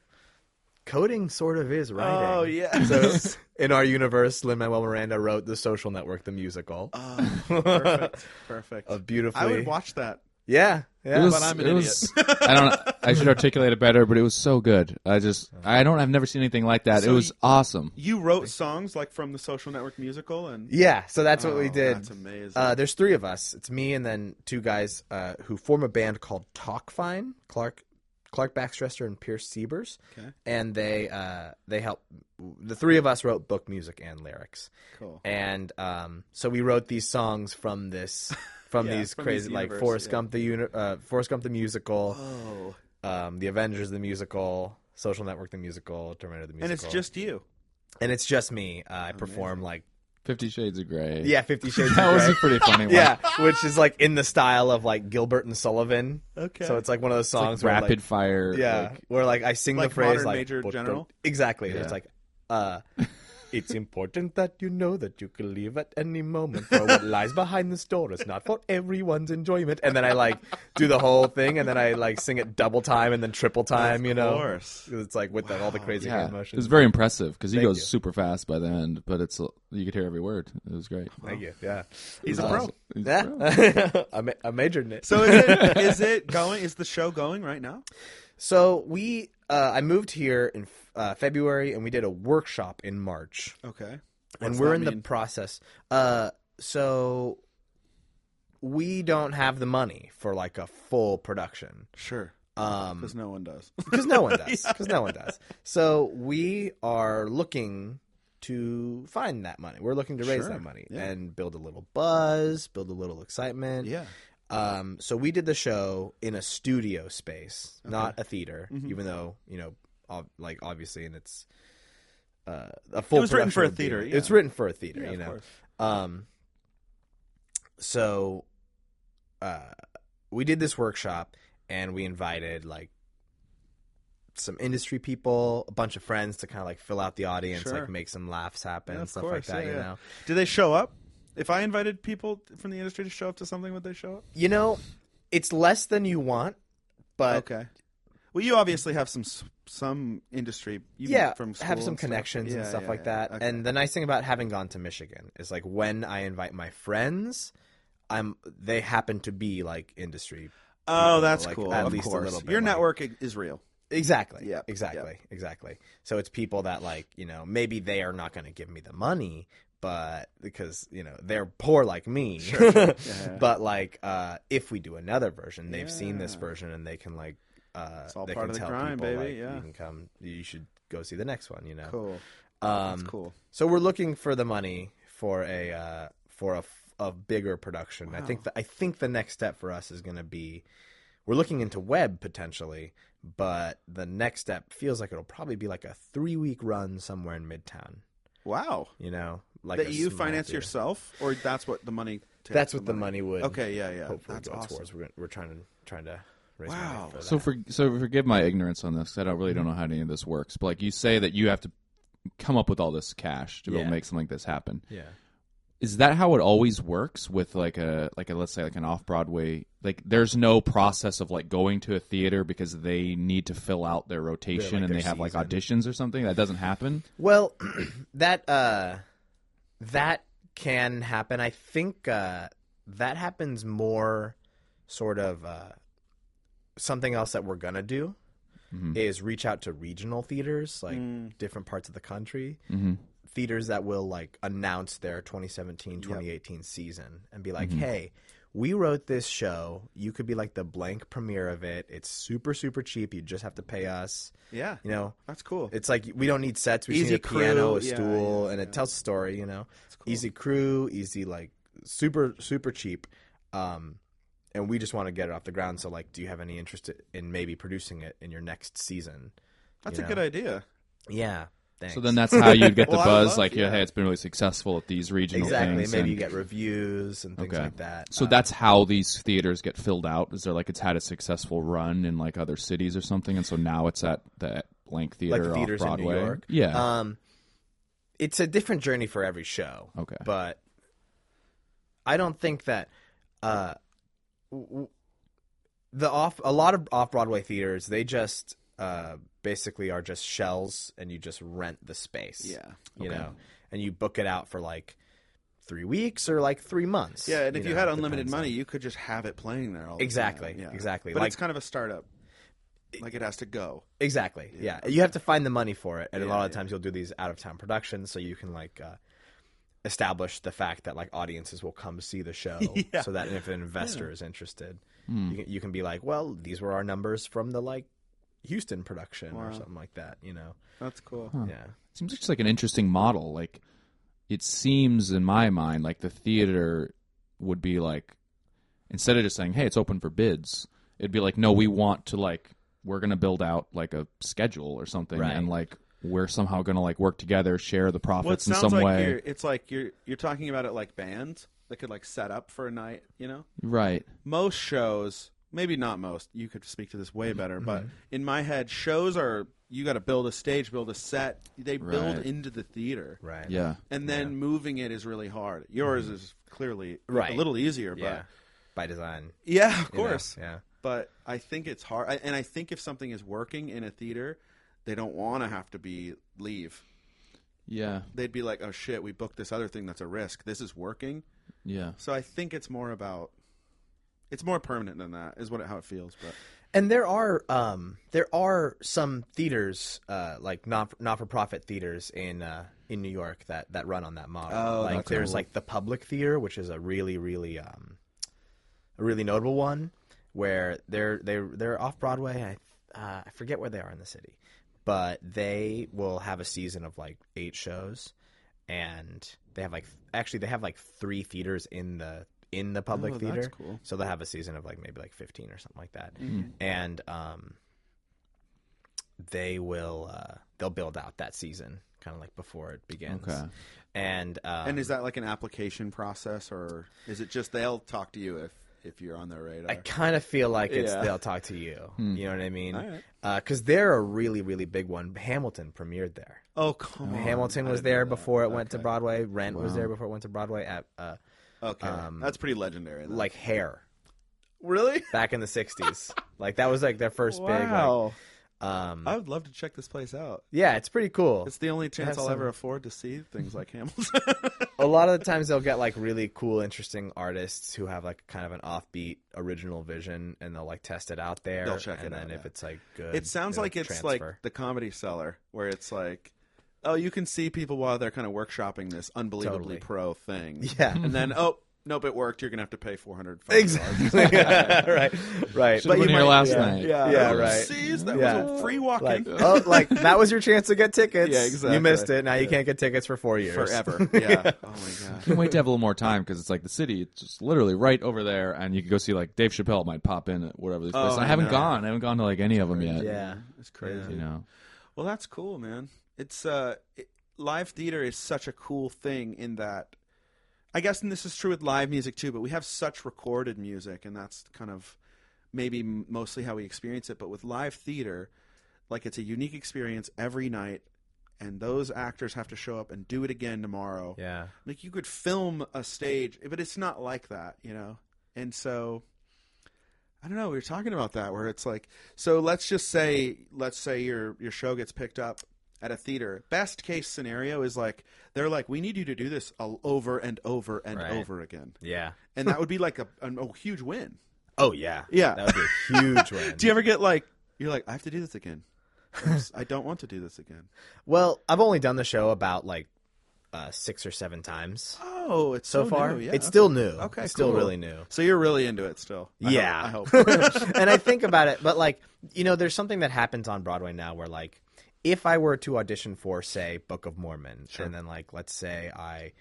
S2: coding sort of is writing.
S3: Oh yeah.
S2: So in our universe, Lin Manuel Miranda wrote The Social Network, the musical.
S3: Oh, perfect. Perfect.
S2: Of beautifully,
S3: I would watch that.
S2: Yeah, yeah.
S1: It was,
S3: but I'm an
S1: it was- I don't. I should articulate it better, but it was so good. I just. I don't. I've never seen anything like that.
S3: So
S1: it was
S3: you-
S1: awesome.
S3: You wrote songs like from the Social Network musical, and
S2: yeah, so that's what we
S3: Oh,
S2: did.
S3: That's amazing.
S2: Uh, there's three of us. It's me and then two guys uh, who form a band called Talk Fine. Clark Clark Baxtrester and Pierce Siebers.
S3: Okay.
S2: And they uh, they help. The three of us wrote book music and lyrics.
S3: cool.
S2: and um, so we wrote these songs from this from
S3: Yeah,
S2: these
S3: from
S2: crazy
S3: these
S2: like
S3: universe,
S2: Forrest
S3: yeah.
S2: Gump the uni- uh, Forrest Gump the musical,
S3: Oh,
S2: um, the Avengers the musical, Social Network the musical, Terminator the
S3: and
S2: musical,
S3: it's just you.
S2: and it's just me. Uh, I perform like
S1: Fifty Shades of Grey.
S2: yeah, Fifty Shades.
S1: that
S2: of
S1: was
S2: Grey.
S1: a pretty funny one.
S2: yeah, which is like in the style of like Gilbert and Sullivan.
S3: Okay.
S2: So it's like one of those songs
S1: Like
S2: where
S1: rapid
S2: like,
S1: fire.
S2: yeah,
S1: like-
S2: where like I sing
S3: Like
S2: the phrase
S3: Modern
S2: like
S3: Major
S2: "But
S3: General?
S2: don't-" Exactly,
S1: Yeah.
S2: it's like, uh, it's important that you know that you can leave at any moment, for what lies behind this door is not for everyone's enjoyment. And then I like do the whole thing, and then I like sing it double time and then triple time. you know,
S3: course.
S2: it's like with the, all the crazy
S1: Yeah,
S2: hand
S1: it
S2: motions.
S1: was very impressive because he
S2: Thank
S1: goes
S2: you.
S1: super fast by the end, but it's you could hear every word. It was great.
S2: Thank you. Yeah,
S3: He's a
S1: It was
S3: pro.
S1: awesome. He's a pro.
S2: yeah. I, ma- I majored in it.
S3: So is it is it going? Is the show going right now?
S2: So we, uh, I moved here in uh, February, and we did a workshop in March,
S3: Okay.
S2: and
S3: What's
S2: we're
S3: that
S2: in the
S3: mean?
S2: process. Uh, so we don't have the money for like a full production
S3: Sure.
S2: um,
S3: Because no one does.
S2: because no one does. Because no one does. So we are looking to find that money. We're looking to raise
S3: Sure,
S2: that money
S3: yeah.
S2: and build a little buzz, build a little excitement.
S3: yeah.
S2: Um, so we did the show in a studio space, not a theater,
S3: Mhm.
S2: even though you know, ob- like obviously, and it's uh, a full.
S3: It was
S2: production
S3: written for a
S2: would be-
S3: theater, yeah.
S2: It's written for a theater,
S3: Yeah,
S2: you
S3: of
S2: know.
S3: course.
S2: Um, so, uh, we did this workshop, and we invited like some industry people, a bunch of friends to kind of like fill out the audience,
S3: Sure.
S2: like make some laughs happen,
S3: Yeah, of
S2: stuff
S3: course,
S2: like that,
S3: yeah,
S2: you
S3: yeah.
S2: know.
S3: Do they show up? If I invited people from the industry to show up to something, would they show up?
S2: You know, it's less than you want, but
S3: okay. Well, you obviously have some s- some industry. You've
S2: yeah,
S3: been from school
S2: have some
S3: and stuff.
S2: connections and
S3: Yeah,
S2: stuff
S3: yeah,
S2: like
S3: yeah.
S2: that.
S3: Okay.
S2: And the nice thing about having gone to Michigan is like when I invite my friends, I'm they happen to be like industry.
S3: oh, that's
S2: like,
S3: cool.
S2: at
S3: of
S2: least a
S3: course.
S2: little bit,
S3: Your
S2: like-
S3: network i- is real.
S2: Exactly.
S3: Yep,
S2: Exactly.
S3: yep.
S2: Exactly. So it's people that like you know maybe they are not going to give me the money, but because you know they're poor like me.
S3: Yeah.
S2: But like uh, if we do another version, they've seen this
S3: Yeah.
S2: version and they can like uh,
S3: It's all
S2: they
S3: part
S2: can
S3: of the
S2: tell
S3: grind,
S2: people
S3: baby,
S2: like
S3: yeah.
S2: you can come, you should go see the next one. You know.
S3: cool.
S2: Um,
S3: That's cool.
S2: So we're looking for the money for a uh, for a, f- a bigger production. I think the, I think the next step for us is going to be we're looking into web potentially, but the next step feels like it'll probably be like a three week run somewhere in Midtown.
S3: Wow.
S2: You know, like a
S3: that you
S2: small
S3: finance
S2: theater.
S3: yourself, or that's what the money. Takes
S2: That's what the money, would
S3: Okay, yeah, yeah,
S2: hopefully
S3: that's
S2: go
S3: awesome.
S2: towards. We're, we're trying to trying to raise money
S3: Wow.
S2: for Mm-hmm.
S1: So
S2: that.
S1: for so forgive my ignorance on this. 'cause I don't really don't know how any of this works. But like you say that you have to come up with all this cash to be able to
S2: Yeah.
S1: make something like this happen.
S2: yeah.
S1: Is that how it always works with like a like a let's say like an off Broadway like there's no process of like going to a theater because they need to fill out their rotation
S2: like,
S1: and
S2: their
S1: they have like
S2: season.
S1: auditions or something that doesn't happen.
S2: Well, that uh, that can happen. I think uh, that happens more, sort of. Uh, something else that we're gonna do
S1: Mhm.
S2: is reach out to regional theaters, like
S3: Mm.
S2: different parts of the country,
S1: Mm-hmm.
S2: theaters that will like announce their 2017 2018 season and be like, hey. We wrote this show. You could be like the blank premiere of it. It's super, super cheap. You just have to pay us.
S3: Yeah,
S2: You know,
S3: that's cool.
S2: it's like we don't need sets. We just
S3: Easy
S2: need a
S3: crew,
S2: piano, a
S3: yeah,
S2: stool,
S3: yeah,
S2: and
S3: yeah.
S2: it tells a story. You know,
S3: It's cool.
S2: easy crew, easy like super super cheap, um, and we just want to get it off the ground. So like, do you have any interest in maybe producing it in your next season?
S3: That's
S2: you
S3: a
S2: know?
S3: good idea.
S2: Yeah, Thanks.
S1: So then that's how you'd get the
S3: Well, I
S1: buzz,
S3: love-
S1: like, yeah,
S3: yeah.
S1: hey, it's been really successful at these regional
S2: exactly.
S1: things.
S2: Maybe
S1: and-
S2: you get reviews and things
S1: Okay.
S2: like that.
S1: So
S2: Uh,
S1: that's how these theaters get filled out. Is there like it's had a successful run in like other cities or something, and so now it's at that blank
S2: Um, like
S1: theater
S2: the theaters
S1: off
S2: in
S1: Broadway.
S2: New York.
S1: Yeah.
S2: Um, it's a different journey for every show.
S1: okay.
S2: but I don't think that uh, w- w- the off a lot of off Broadway theaters they just uh, basically are just shells, and you just rent the space.
S3: Yeah.
S2: you
S1: Okay.
S2: know, and you book it out for like three weeks or like three months.
S3: Yeah, and if you,
S2: know,
S3: had
S2: it
S3: unlimited
S2: depends on-
S3: money, you could just have it playing there all the
S2: Exactly,
S3: time. Yeah.
S2: exactly.
S3: But
S2: Like-
S3: it's kind of a startup. Like it has to go.
S2: Exactly. Yeah.
S3: Yeah.
S2: You have to find the money for it. And a
S3: Yeah,
S2: lot of
S3: yeah.
S2: times you'll do these out of town productions so you can like uh, establish the fact that like audiences will come see the show
S3: Yeah.
S2: so that if an investor is interested,
S1: Hmm.
S2: you can, you can be like, well, these were our numbers from the like Houston production or
S3: Wow.
S2: something like that, you know.
S3: That's cool.
S1: Huh.
S2: Yeah.
S1: Seems just like an interesting model. Like it seems in my mind like the theater would be like instead of just saying, "Hey, it's open for bids," it'd be like, "No, we want to like we're going to build out like a schedule or something
S2: Right.
S1: and like we're somehow going to like work together, share the profits
S3: Well, it
S1: in
S3: sounds
S1: some
S3: like
S1: way."
S3: you're, it's like you're you're talking about it like bands that could like set up for a night. You know,
S1: Right.
S3: most shows, maybe not most. You could speak to this way
S2: Mm-hmm.
S3: better, but in my head, shows are you got to build a stage, build a set. They
S1: Right.
S3: build into the theater,
S2: Right.
S1: Yeah.
S3: and then moving it is really hard. Yours is clearly
S2: Mm-hmm. Right.
S3: a little easier, but
S2: Yeah. By design.
S3: yeah, of
S2: you know,
S3: course.
S2: Yeah.
S3: But I think it's hard, I, and I think if something is working in a theater, they don't want to have to be leave.
S1: Yeah.
S3: They'd be like, "Oh shit, we booked this other thing that's a risk. This is working."
S1: Yeah.
S3: So I think it's more about it's more permanent than that is what it, how it feels. But
S2: And there are um, there are some theaters uh, like not not for profit theaters in uh, in New York that, that run on that model.
S3: Oh,
S2: like
S3: that's
S2: there's
S3: cool.
S2: like the Public Theater, which is a really really um, a really notable one where they're they they're off Broadway. I uh, I forget where they are in the city, but they will have a season of like eight shows, and they have like actually they have like three theaters in the in the public
S3: Oh, that's
S2: theater.
S3: cool.
S2: So they'll have a season of like maybe like 15 or something like that.
S3: Mm-hmm.
S2: And um they will uh they'll build out that season kind of like before it begins.
S1: Okay.
S2: And um,
S3: and is that like an application process, or is it just they'll talk to you if if you're on their radar?
S2: I kind of feel like it's
S3: Yeah.
S2: they'll talk to you.
S3: Hmm.
S2: You know what I mean?
S3: All right.
S2: Because they're a really, really big one. Hamilton premiered there.
S3: oh come on,
S2: Hamilton
S3: I
S2: was
S3: didn't know
S2: there
S3: that.
S2: before it went to
S3: Okay.
S2: Broadway. Rent was
S1: Wow.
S2: there before it went to Broadway. At uh,
S3: Okay,
S2: Um,
S3: that's pretty legendary. then.
S2: like Hair
S3: really?
S2: back in the '60s. like that was like their first
S3: Wow,
S2: big. Like, um,
S3: I would love to check this place out.
S2: yeah, it's pretty cool.
S3: It's the only chance
S2: have
S3: I'll
S2: some-
S3: ever afford to see things like Hamilton.
S2: a lot of the times they'll get like really cool, interesting artists who have like kind of an offbeat original vision, and they'll like test it out there.
S3: They'll check
S2: and
S3: it
S2: then
S3: out,
S2: if
S3: yeah.
S2: it's like good,
S3: it sounds
S2: it'll
S3: like it's like
S2: transfer.
S3: the comedy cellar, where it's like, oh, you can see people while they're kind of workshopping this
S2: Totally.
S3: unbelievably pro thing.
S2: yeah,
S3: and then oh nope it worked you're gonna have to pay 400
S2: exactly, right, right.
S1: Should've been here last
S2: yeah.
S1: night.
S2: yeah,
S3: yeah
S2: right.
S3: Sees, that
S2: Yeah.
S3: was a free walk
S2: Like, oh, like that was your chance to get tickets.
S3: Yeah, exactly.
S2: You missed it. Now you can't get tickets for four years.
S3: forever yeah oh my god
S1: Can't wait to have a little more time because it's like the city. It's just literally right over there, and you can go see like Dave Chappelle might pop in at whatever. This
S3: Oh,
S1: place. I
S3: I
S1: haven't
S3: know.
S1: gone. I haven't gone to like any of them yet.
S2: Yeah.
S3: it's crazy
S1: you know.
S3: well that's cool man it's uh it, live theater is such a cool thing in that i guess and this is true with live music too but we have such recorded music and that's kind of maybe m- mostly how we experience it but with live theater like it's a unique experience every night and those actors have to show up and do it again tomorrow
S2: Yeah.
S3: like you could film a stage but it's not like that you know and so i don't know we were talking about that where it's like so let's just say let's say your your show gets picked up at a theater best case scenario is like they're like we need you to do this all over and over and
S2: Right.
S3: over again
S2: Yeah.
S3: and that would be like a, a, a huge win
S2: Oh yeah.
S3: Yeah.
S2: That would be a huge win.
S3: do you ever get like you're like i have to do this again I'm s- i don't want to do this again
S2: Well, I've only done the show about like uh, six or seven times
S3: oh it's
S2: so,
S3: so
S2: far.
S3: new. Yeah,
S2: it's
S3: okay.
S2: still new.
S3: Okay,
S2: It's still
S3: cool.
S2: really new.
S3: so you're really into it still I hope-
S2: yeah.
S3: i hope
S2: and I think about it, but like, you know, there's something that happens on Broadway now where like if I were to audition for, say, Book of Mormon, and then like let's say I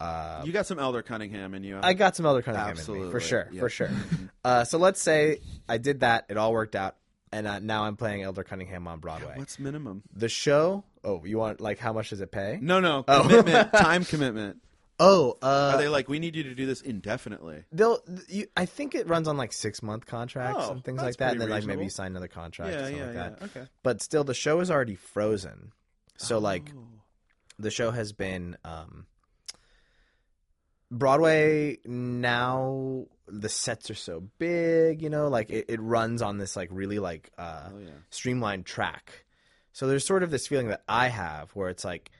S2: uh
S3: you got some elder cunningham in you
S2: I got some other kind of
S3: Absolutely,
S2: for sure,
S3: yeah.
S2: for sure. uh, so let's say I did that; it all worked out. and uh, now I'm playing Elder Cunningham on Broadway.
S3: What's minimum?
S2: The show? Oh, you want like how much does it pay?
S3: No, no,
S2: Oh.
S3: commitment, time commitment.
S2: Oh, uh,
S3: Are they like, we need you to do this indefinitely?
S2: They'll. th- You, I think it runs on like six month contracts
S3: Oh,
S2: and things
S3: that's
S2: like that, and
S3: pretty
S2: then like maybe
S3: reasonable.
S2: you sign another contract or
S3: Yeah,
S2: something
S3: yeah,
S2: like
S3: yeah.
S2: that.
S3: Okay.
S2: But still, the show is already frozen, so like
S3: Oh.
S2: the show has been um, Broadway now. The sets are so big, you know, like it, it runs on this like really like uh,
S3: Oh, yeah.
S2: streamlined track. So there's sort of this feeling that I have where it's like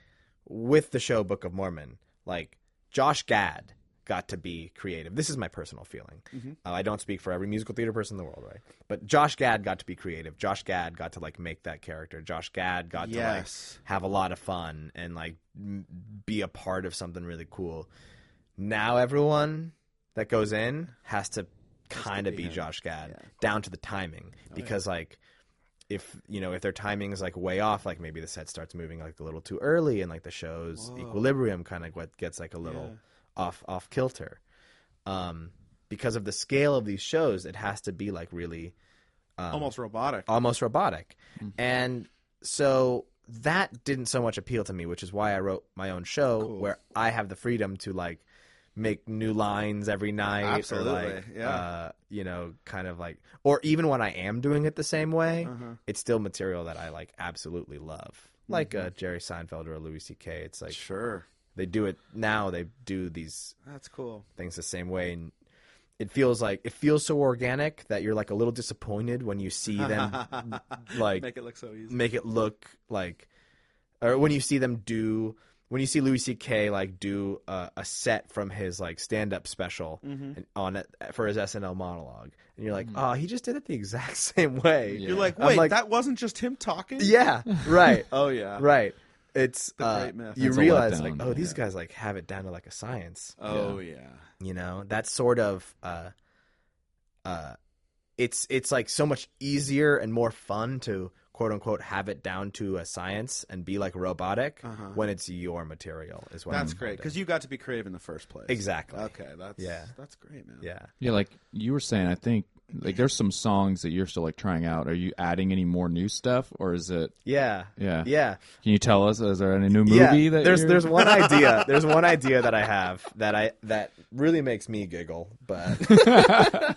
S2: with the show Book of Mormon, like Josh Gad got to be creative. This is my personal feeling. Uh, I don't speak for every musical theater person in the world, right? But Josh Gad got to be creative. Josh Gad got to like make that character. Josh Gad got to
S3: Yes.
S2: like have a lot of fun and like m- be a part of something really cool. Now everyone that goes in has to kind of be Josh Gad down to the timing because like if you know if their timing is like way off like maybe the set starts moving like a little too early and like the show's equilibrium kind of what gets like a little off off kilter um because of the scale of these shows it has to be like really Um,
S3: Almost robotic.
S2: almost robotic
S3: Mm-hmm.
S2: and so that didn't so much appeal to me which is why i wrote my own show where i have the freedom to like make new lines every night or,
S3: Absolutely,
S2: like,
S3: yeah.
S2: uh, you know kind of like or even when i am doing it the same way
S3: Uh-huh.
S2: it's still material that i like absolutely love like uh,
S3: Mm-hmm.
S2: jerry seinfeld or a louis ck it's like
S3: Sure.
S2: they do it now they do these
S3: That's cool.
S2: things the same way and it feels like it feels so organic that you're like a little disappointed when you see them like
S3: Make it look so easy.
S2: make it look like or when you see them do when you see Louis C.K. like do a, a set from his like stand-up special
S1: Mm-hmm.
S2: and on it for his SNL monologue, and you're like, oh, he just did it the exact same way.
S1: Yeah.
S3: You're like,
S2: I'm
S3: wait,
S2: like-
S3: that wasn't just him talking?
S2: yeah, right,
S3: Oh, yeah.
S2: right. It's uh,
S3: great myth.
S2: you
S1: That's a
S2: realize like,
S1: letdown.
S2: oh, these guys like have it down to like a science.
S3: Oh, yeah.
S2: you know that sort of uh uh it's it's like so much easier and more fun to quote unquote have it down to a science and be like robotic when it's your material is what
S3: Uh-huh. That's
S2: I'm
S3: great
S2: finding.
S3: because you got to be creative in the first place.
S2: exactly
S3: Okay, that's
S2: Yeah.
S3: that's great, man.
S2: yeah
S1: Yeah, like you were saying, I think like there's some songs that you're still like trying out. Are you adding any more new stuff, or is it?
S2: yeah
S1: Yeah.
S2: yeah
S1: Can you tell us? Is there any new movie
S2: yeah
S1: that
S2: there's
S1: you're-
S2: there's one idea there's one idea that I have that I that really makes me giggle but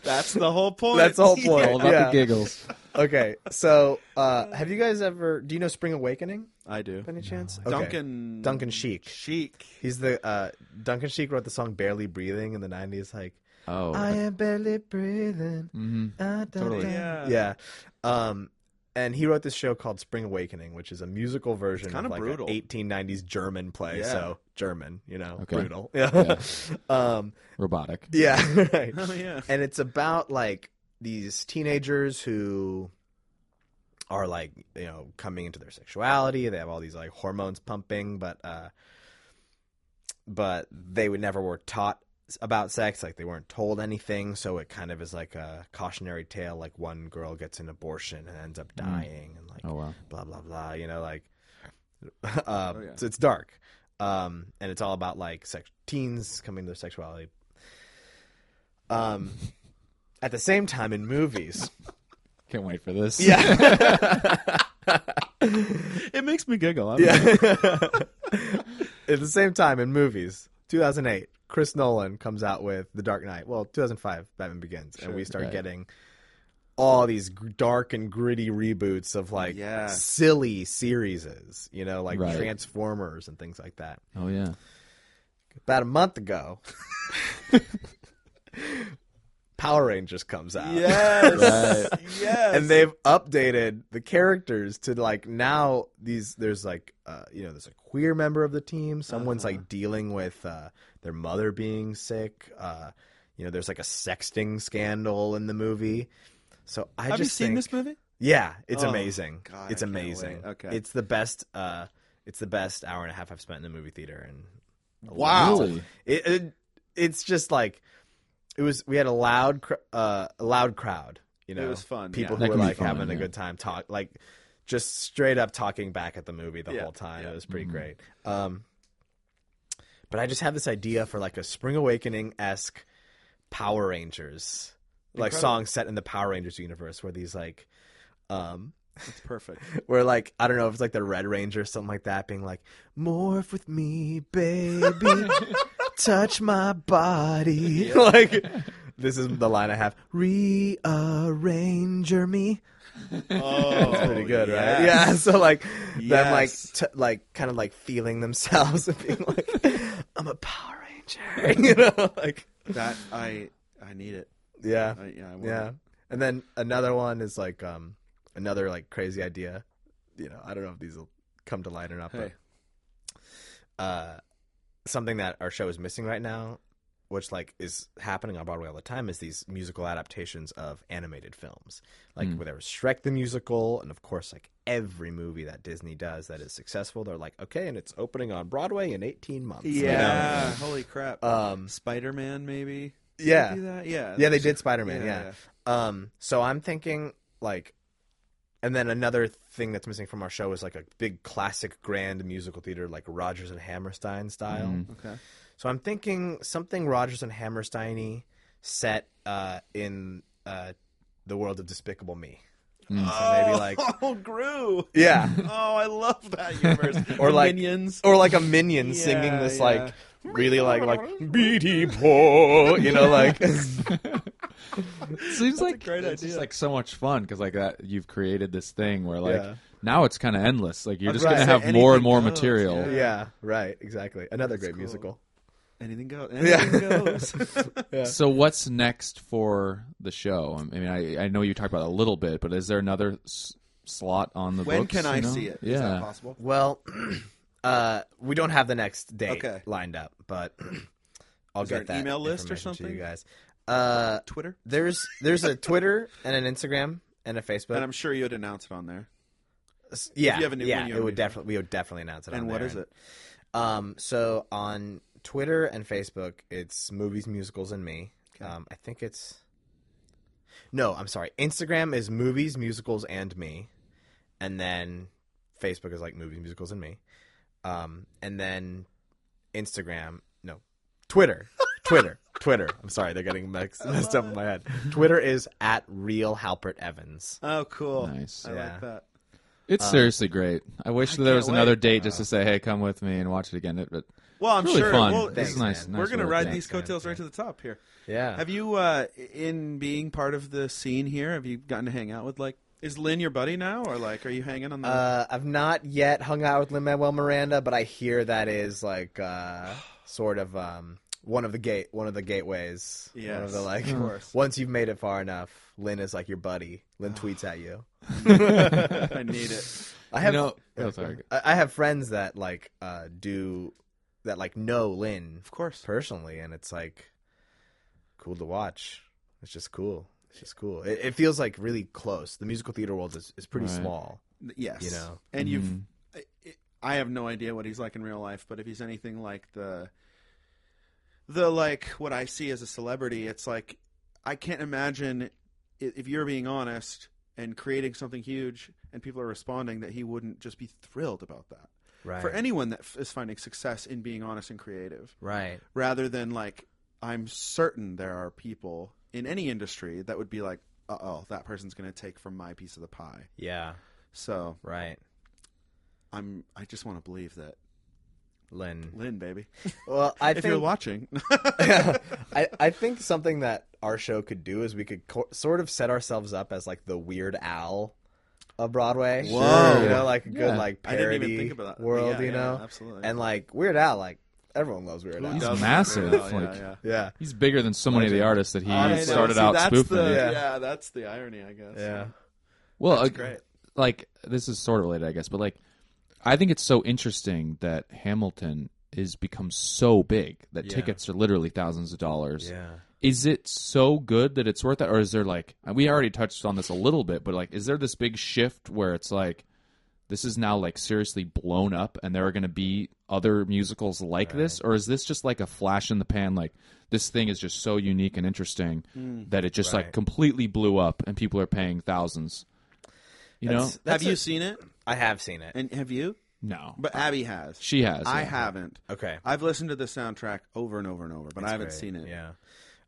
S3: That's the whole point.
S2: that's the whole point
S1: all about
S2: yeah.
S1: the giggles?
S2: okay so uh have you guys ever do you know Spring Awakening
S3: I do.
S2: by any chance Okay.
S3: Duncan
S2: Duncan Sheik
S3: Sheik.
S2: He's the uh, Duncan Sheik wrote the song "Barely Breathing" in the '90s. Like,
S1: Oh, Mm-hmm.
S2: I am barely breathing. Ah, da,
S1: Totally.
S2: da.
S3: Yeah.
S2: yeah. Um, and he wrote this show called Spring Awakening, which is a musical version
S3: kinda
S2: of like
S3: brutal.
S2: an 1890s German play.
S3: Yeah.
S2: So German, you know,
S1: Okay.
S2: brutal. Yeah. um,
S1: robotic.
S2: yeah. right.
S3: Oh yeah.
S2: And it's about like these teenagers who are like, you know, coming into their sexuality. They have all these like hormones pumping, but uh but they would never were taught s- about sex, like they weren't told anything, so it kind of is like a cautionary tale, like one girl gets an abortion and ends up dying and like
S1: Oh wow.
S2: blah blah blah. You know, like um,
S1: Oh,
S3: yeah.
S2: so it's dark, um, and it's all about like sex- teens coming to their sexuality. Um, at the same time, in movies,
S1: Can't wait for this.
S2: yeah,
S3: It makes me giggle. I'm-
S2: yeah. at the same time, in movies, 2008, Chris Nolan comes out with The Dark Knight. Well, 2005, Batman Begins, and we start
S1: Right.
S2: getting. All these gr- dark and gritty reboots of like
S3: Yeah.
S2: silly series, you know, like
S1: Right.
S2: Transformers and things like that.
S1: Oh yeah.
S2: about a month ago, Power Rangers comes out.
S3: Yes. yes.
S2: And they've updated the characters to like now these there's like uh, you know there's a queer member of the team someone's
S3: Uh-huh.
S2: like dealing with uh, their mother being sick uh, you know there's like a sexting scandal in the movie so I
S3: Have you
S2: just
S3: seen
S2: think,
S3: this movie?
S2: yeah, it's
S3: Oh,
S2: amazing.
S3: God,
S2: it's
S3: I can't
S2: amazing.
S3: wait. Okay.
S2: It's the best uh it's the best hour and a half I've spent in the movie theater and
S3: Wow.
S1: Really?
S2: It, it it's just like it was we had a loud cr- uh a loud crowd, you know.
S3: It was fun,
S2: People
S3: yeah.
S1: That
S2: who were
S1: can be
S2: like
S1: fun,
S2: having a
S1: yeah.
S2: good time talk like just straight up talking back at the movie the
S3: Yeah,
S2: whole time.
S3: yeah.
S2: It was pretty
S1: Mm-hmm.
S2: great. Um but I just have this idea for like a Spring Awakening esque Power Rangers like
S3: Incredible.
S2: song set in the Power Rangers universe where these like Um,
S3: It's perfect.
S2: where like I don't know if it's like the Red Ranger or something like that, being like, "Morph with me, baby, touch my body." Like this is the line I have: "Rearranger me."
S3: Oh,
S2: That's pretty good, right?
S3: yes.
S2: Yeah. So like them like
S3: Yes.
S2: t- like kind of like feeling themselves and being like, "I'm a Power Ranger," you know, like
S3: That I I need it.
S2: yeah.
S3: I, yeah, I want
S2: Yeah.
S3: it.
S2: And then another one is like um another like crazy idea. You know, I don't know if these will come to light or not,
S3: Hey.
S2: but uh something that our show is missing right now, which like is happening on Broadway all the time, is these musical adaptations of animated films. Like
S1: Hmm.
S2: where there was Shrek the musical, and of course like every movie that Disney does that is successful, they're like, Okay, and it's opening on Broadway in eighteen months. you know?
S3: Yeah. Holy crap.
S2: Um
S3: Spider Man, maybe. Did they
S2: Yeah.
S3: do that? Yeah.
S2: Yeah, they did Spider Man, yeah.
S3: yeah.
S2: Um, so I'm thinking like, and then another thing that's missing from our show is like a big classic grand musical theater, like Rogers and Hammerstein style.
S1: Mm.
S3: Okay.
S2: So I'm thinking something Rogers and Hammersteiny set uh, in uh, the world of Despicable Me.
S1: Mm.
S2: So maybe like,
S3: oh, Gru.
S2: yeah,
S3: Oh, I love that universe.
S2: Or
S3: The
S2: like-
S3: minions.
S2: or like a minion singing
S3: Yeah,
S2: this
S3: yeah.
S2: like really like like beady boy, you know, like
S1: seems like
S3: great
S1: it's just
S3: idea.
S1: like so much fun because like that you've created this thing where like
S2: Yeah.
S1: now it's kind of endless. Like you're just
S2: Right.
S1: gonna
S2: So
S1: have more
S3: anything
S1: and more
S3: goes,
S1: material.
S3: yeah.
S2: yeah, right, exactly. Another great
S3: cool.
S2: musical.
S3: Anything goes.
S2: Yeah.
S3: Anything goes.
S2: Yeah.
S1: So what's next for the show? I mean, I, I know you talked about it a little bit, but is there another s- slot on the
S3: when
S1: books,
S3: can
S1: you
S3: I
S1: know?
S3: see it? Is that
S1: Yeah,
S3: possible?
S2: Well, uh, we don't have the next date
S3: Okay.
S2: lined up, but I'll
S3: Is there
S2: get
S3: an
S2: that
S3: email list or
S2: information to you
S3: something?
S2: guys. Uh,
S3: Twitter?
S2: there's there's a Twitter and an Instagram and a Facebook.
S3: and I'm sure you'd announce it on there.
S2: S- yeah,
S3: you have a new
S2: yeah,
S3: one, you
S2: it would
S3: already know.
S2: definitely we would definitely announce it.
S3: and
S2: on
S3: what
S2: there.
S3: is it?
S2: Um, so on Twitter and Facebook, it's movies, musicals, and me.
S3: Okay.
S2: Um, I think it's. No, I'm sorry. Instagram is movies, musicals, and me, and then Facebook is like movies, musicals, and me, um, and then Instagram. No, Twitter, Twitter, Twitter. I'm sorry, they're getting mixed, messed up in my head. Twitter is at real Halpert Evans.
S3: Oh, cool.
S1: Nice.
S3: I
S2: Yeah.
S3: like that.
S1: it's seriously great. I wish
S3: Uh, I
S1: there was
S3: can't
S1: another
S3: wait. Uh.
S1: date just to say, "Hey, come with me and watch it again." It, but
S3: Well, I'm
S1: It's really
S3: sure.
S1: fun.
S3: Well,
S1: This
S2: is
S1: nice-
S3: We're
S1: nice
S3: gonna
S1: work.
S3: ride
S1: Thanks,
S3: these
S2: man.
S3: coattails right to the top here.
S2: Yeah,
S3: Have you, uh, in being part of the scene here, have you gotten to hang out with like? Is Lynn your buddy now, or like, are you hanging on the?
S2: Uh, I've not yet hung out with Lin Manuel Miranda, but I hear that is like uh, sort of um, one of the gate, one of the gateways. Yeah. One of
S3: Yes,
S2: the like,
S3: of course.
S2: once you've made it far enough, Lynn is like your buddy. Lynn tweets at you.
S3: I need it.
S2: I
S1: you
S2: have,
S1: know, oh, sorry.
S2: I, I have friends that like uh, do that like know Lynn
S3: Of course.
S2: personally, and it's like cool to watch. It's just cool. It's just cool. It, it feels like really close. The musical theater world is, is pretty
S1: Right.
S2: small.
S3: Yes.
S2: You know.
S3: And you've.
S1: Mhm.
S3: I- I have no idea what he's like in real life, but if he's anything like the. The like what I see as a celebrity, it's like I can't imagine i- if you're being honest and creating something huge and people are responding that he wouldn't just be thrilled about that.
S2: Right.
S3: For anyone that f- is finding success in being honest and creative,
S2: right.
S3: rather than like I'm certain there are people in any industry that would be like, "Uh oh, that person's going to take from my piece of the pie."
S2: Yeah.
S3: So
S2: Right.
S3: I'm. I just want to believe that
S2: Lynn.
S3: Lynn, baby.
S2: Well, I
S3: if
S2: think
S3: you're watching,
S2: I, I think something that our show could do is we could co- sort of set ourselves up as like the Weird Owl of Broadway.
S3: Whoa.
S2: you know, like a good
S1: Yeah.
S2: like
S3: I
S2: parody
S3: didn't even think about that.
S2: world,
S3: Yeah,
S2: you
S3: yeah,
S2: know,
S3: absolutely.
S2: and like Weird Owl, like everyone loves Weird
S3: Who
S2: Al.
S1: He's
S3: doesn't?
S1: massive,
S3: Yeah,
S1: like-
S3: yeah.
S2: Yeah,
S1: He's bigger than so many of the
S2: Legend.
S1: artists that he
S3: I know.
S1: started
S3: See,
S1: out
S3: that's
S1: spoofing.
S3: the-
S2: Yeah.
S3: yeah, that's the irony, I guess.
S2: yeah,
S1: Well, uh,
S3: great.
S1: like this is sort of related, I guess, but like I think it's so interesting that Hamilton is become so big that
S2: Yeah.
S1: tickets are literally thousands of dollars.
S2: yeah.
S1: Is it so good that it's worth it, or is there like we already touched on this a little bit, but like is there this big shift where it's like this is now like seriously blown up, and there are going to be other musicals like this, or is this just like a flash in the pan? Like this thing is just so unique and interesting that it just
S2: Hmm. Right.
S1: like completely blew up, and people are paying thousands. You know,
S2: That's- that's
S3: have you
S2: a-
S3: seen it?
S2: I have seen it.
S3: And have you?
S1: no,
S3: But Abby has.
S1: She has.
S3: I
S1: yeah.
S3: haven't.
S2: Okay,
S3: I've listened to the soundtrack over and over and over, but I haven't
S2: Great.
S3: seen it.
S2: Yeah,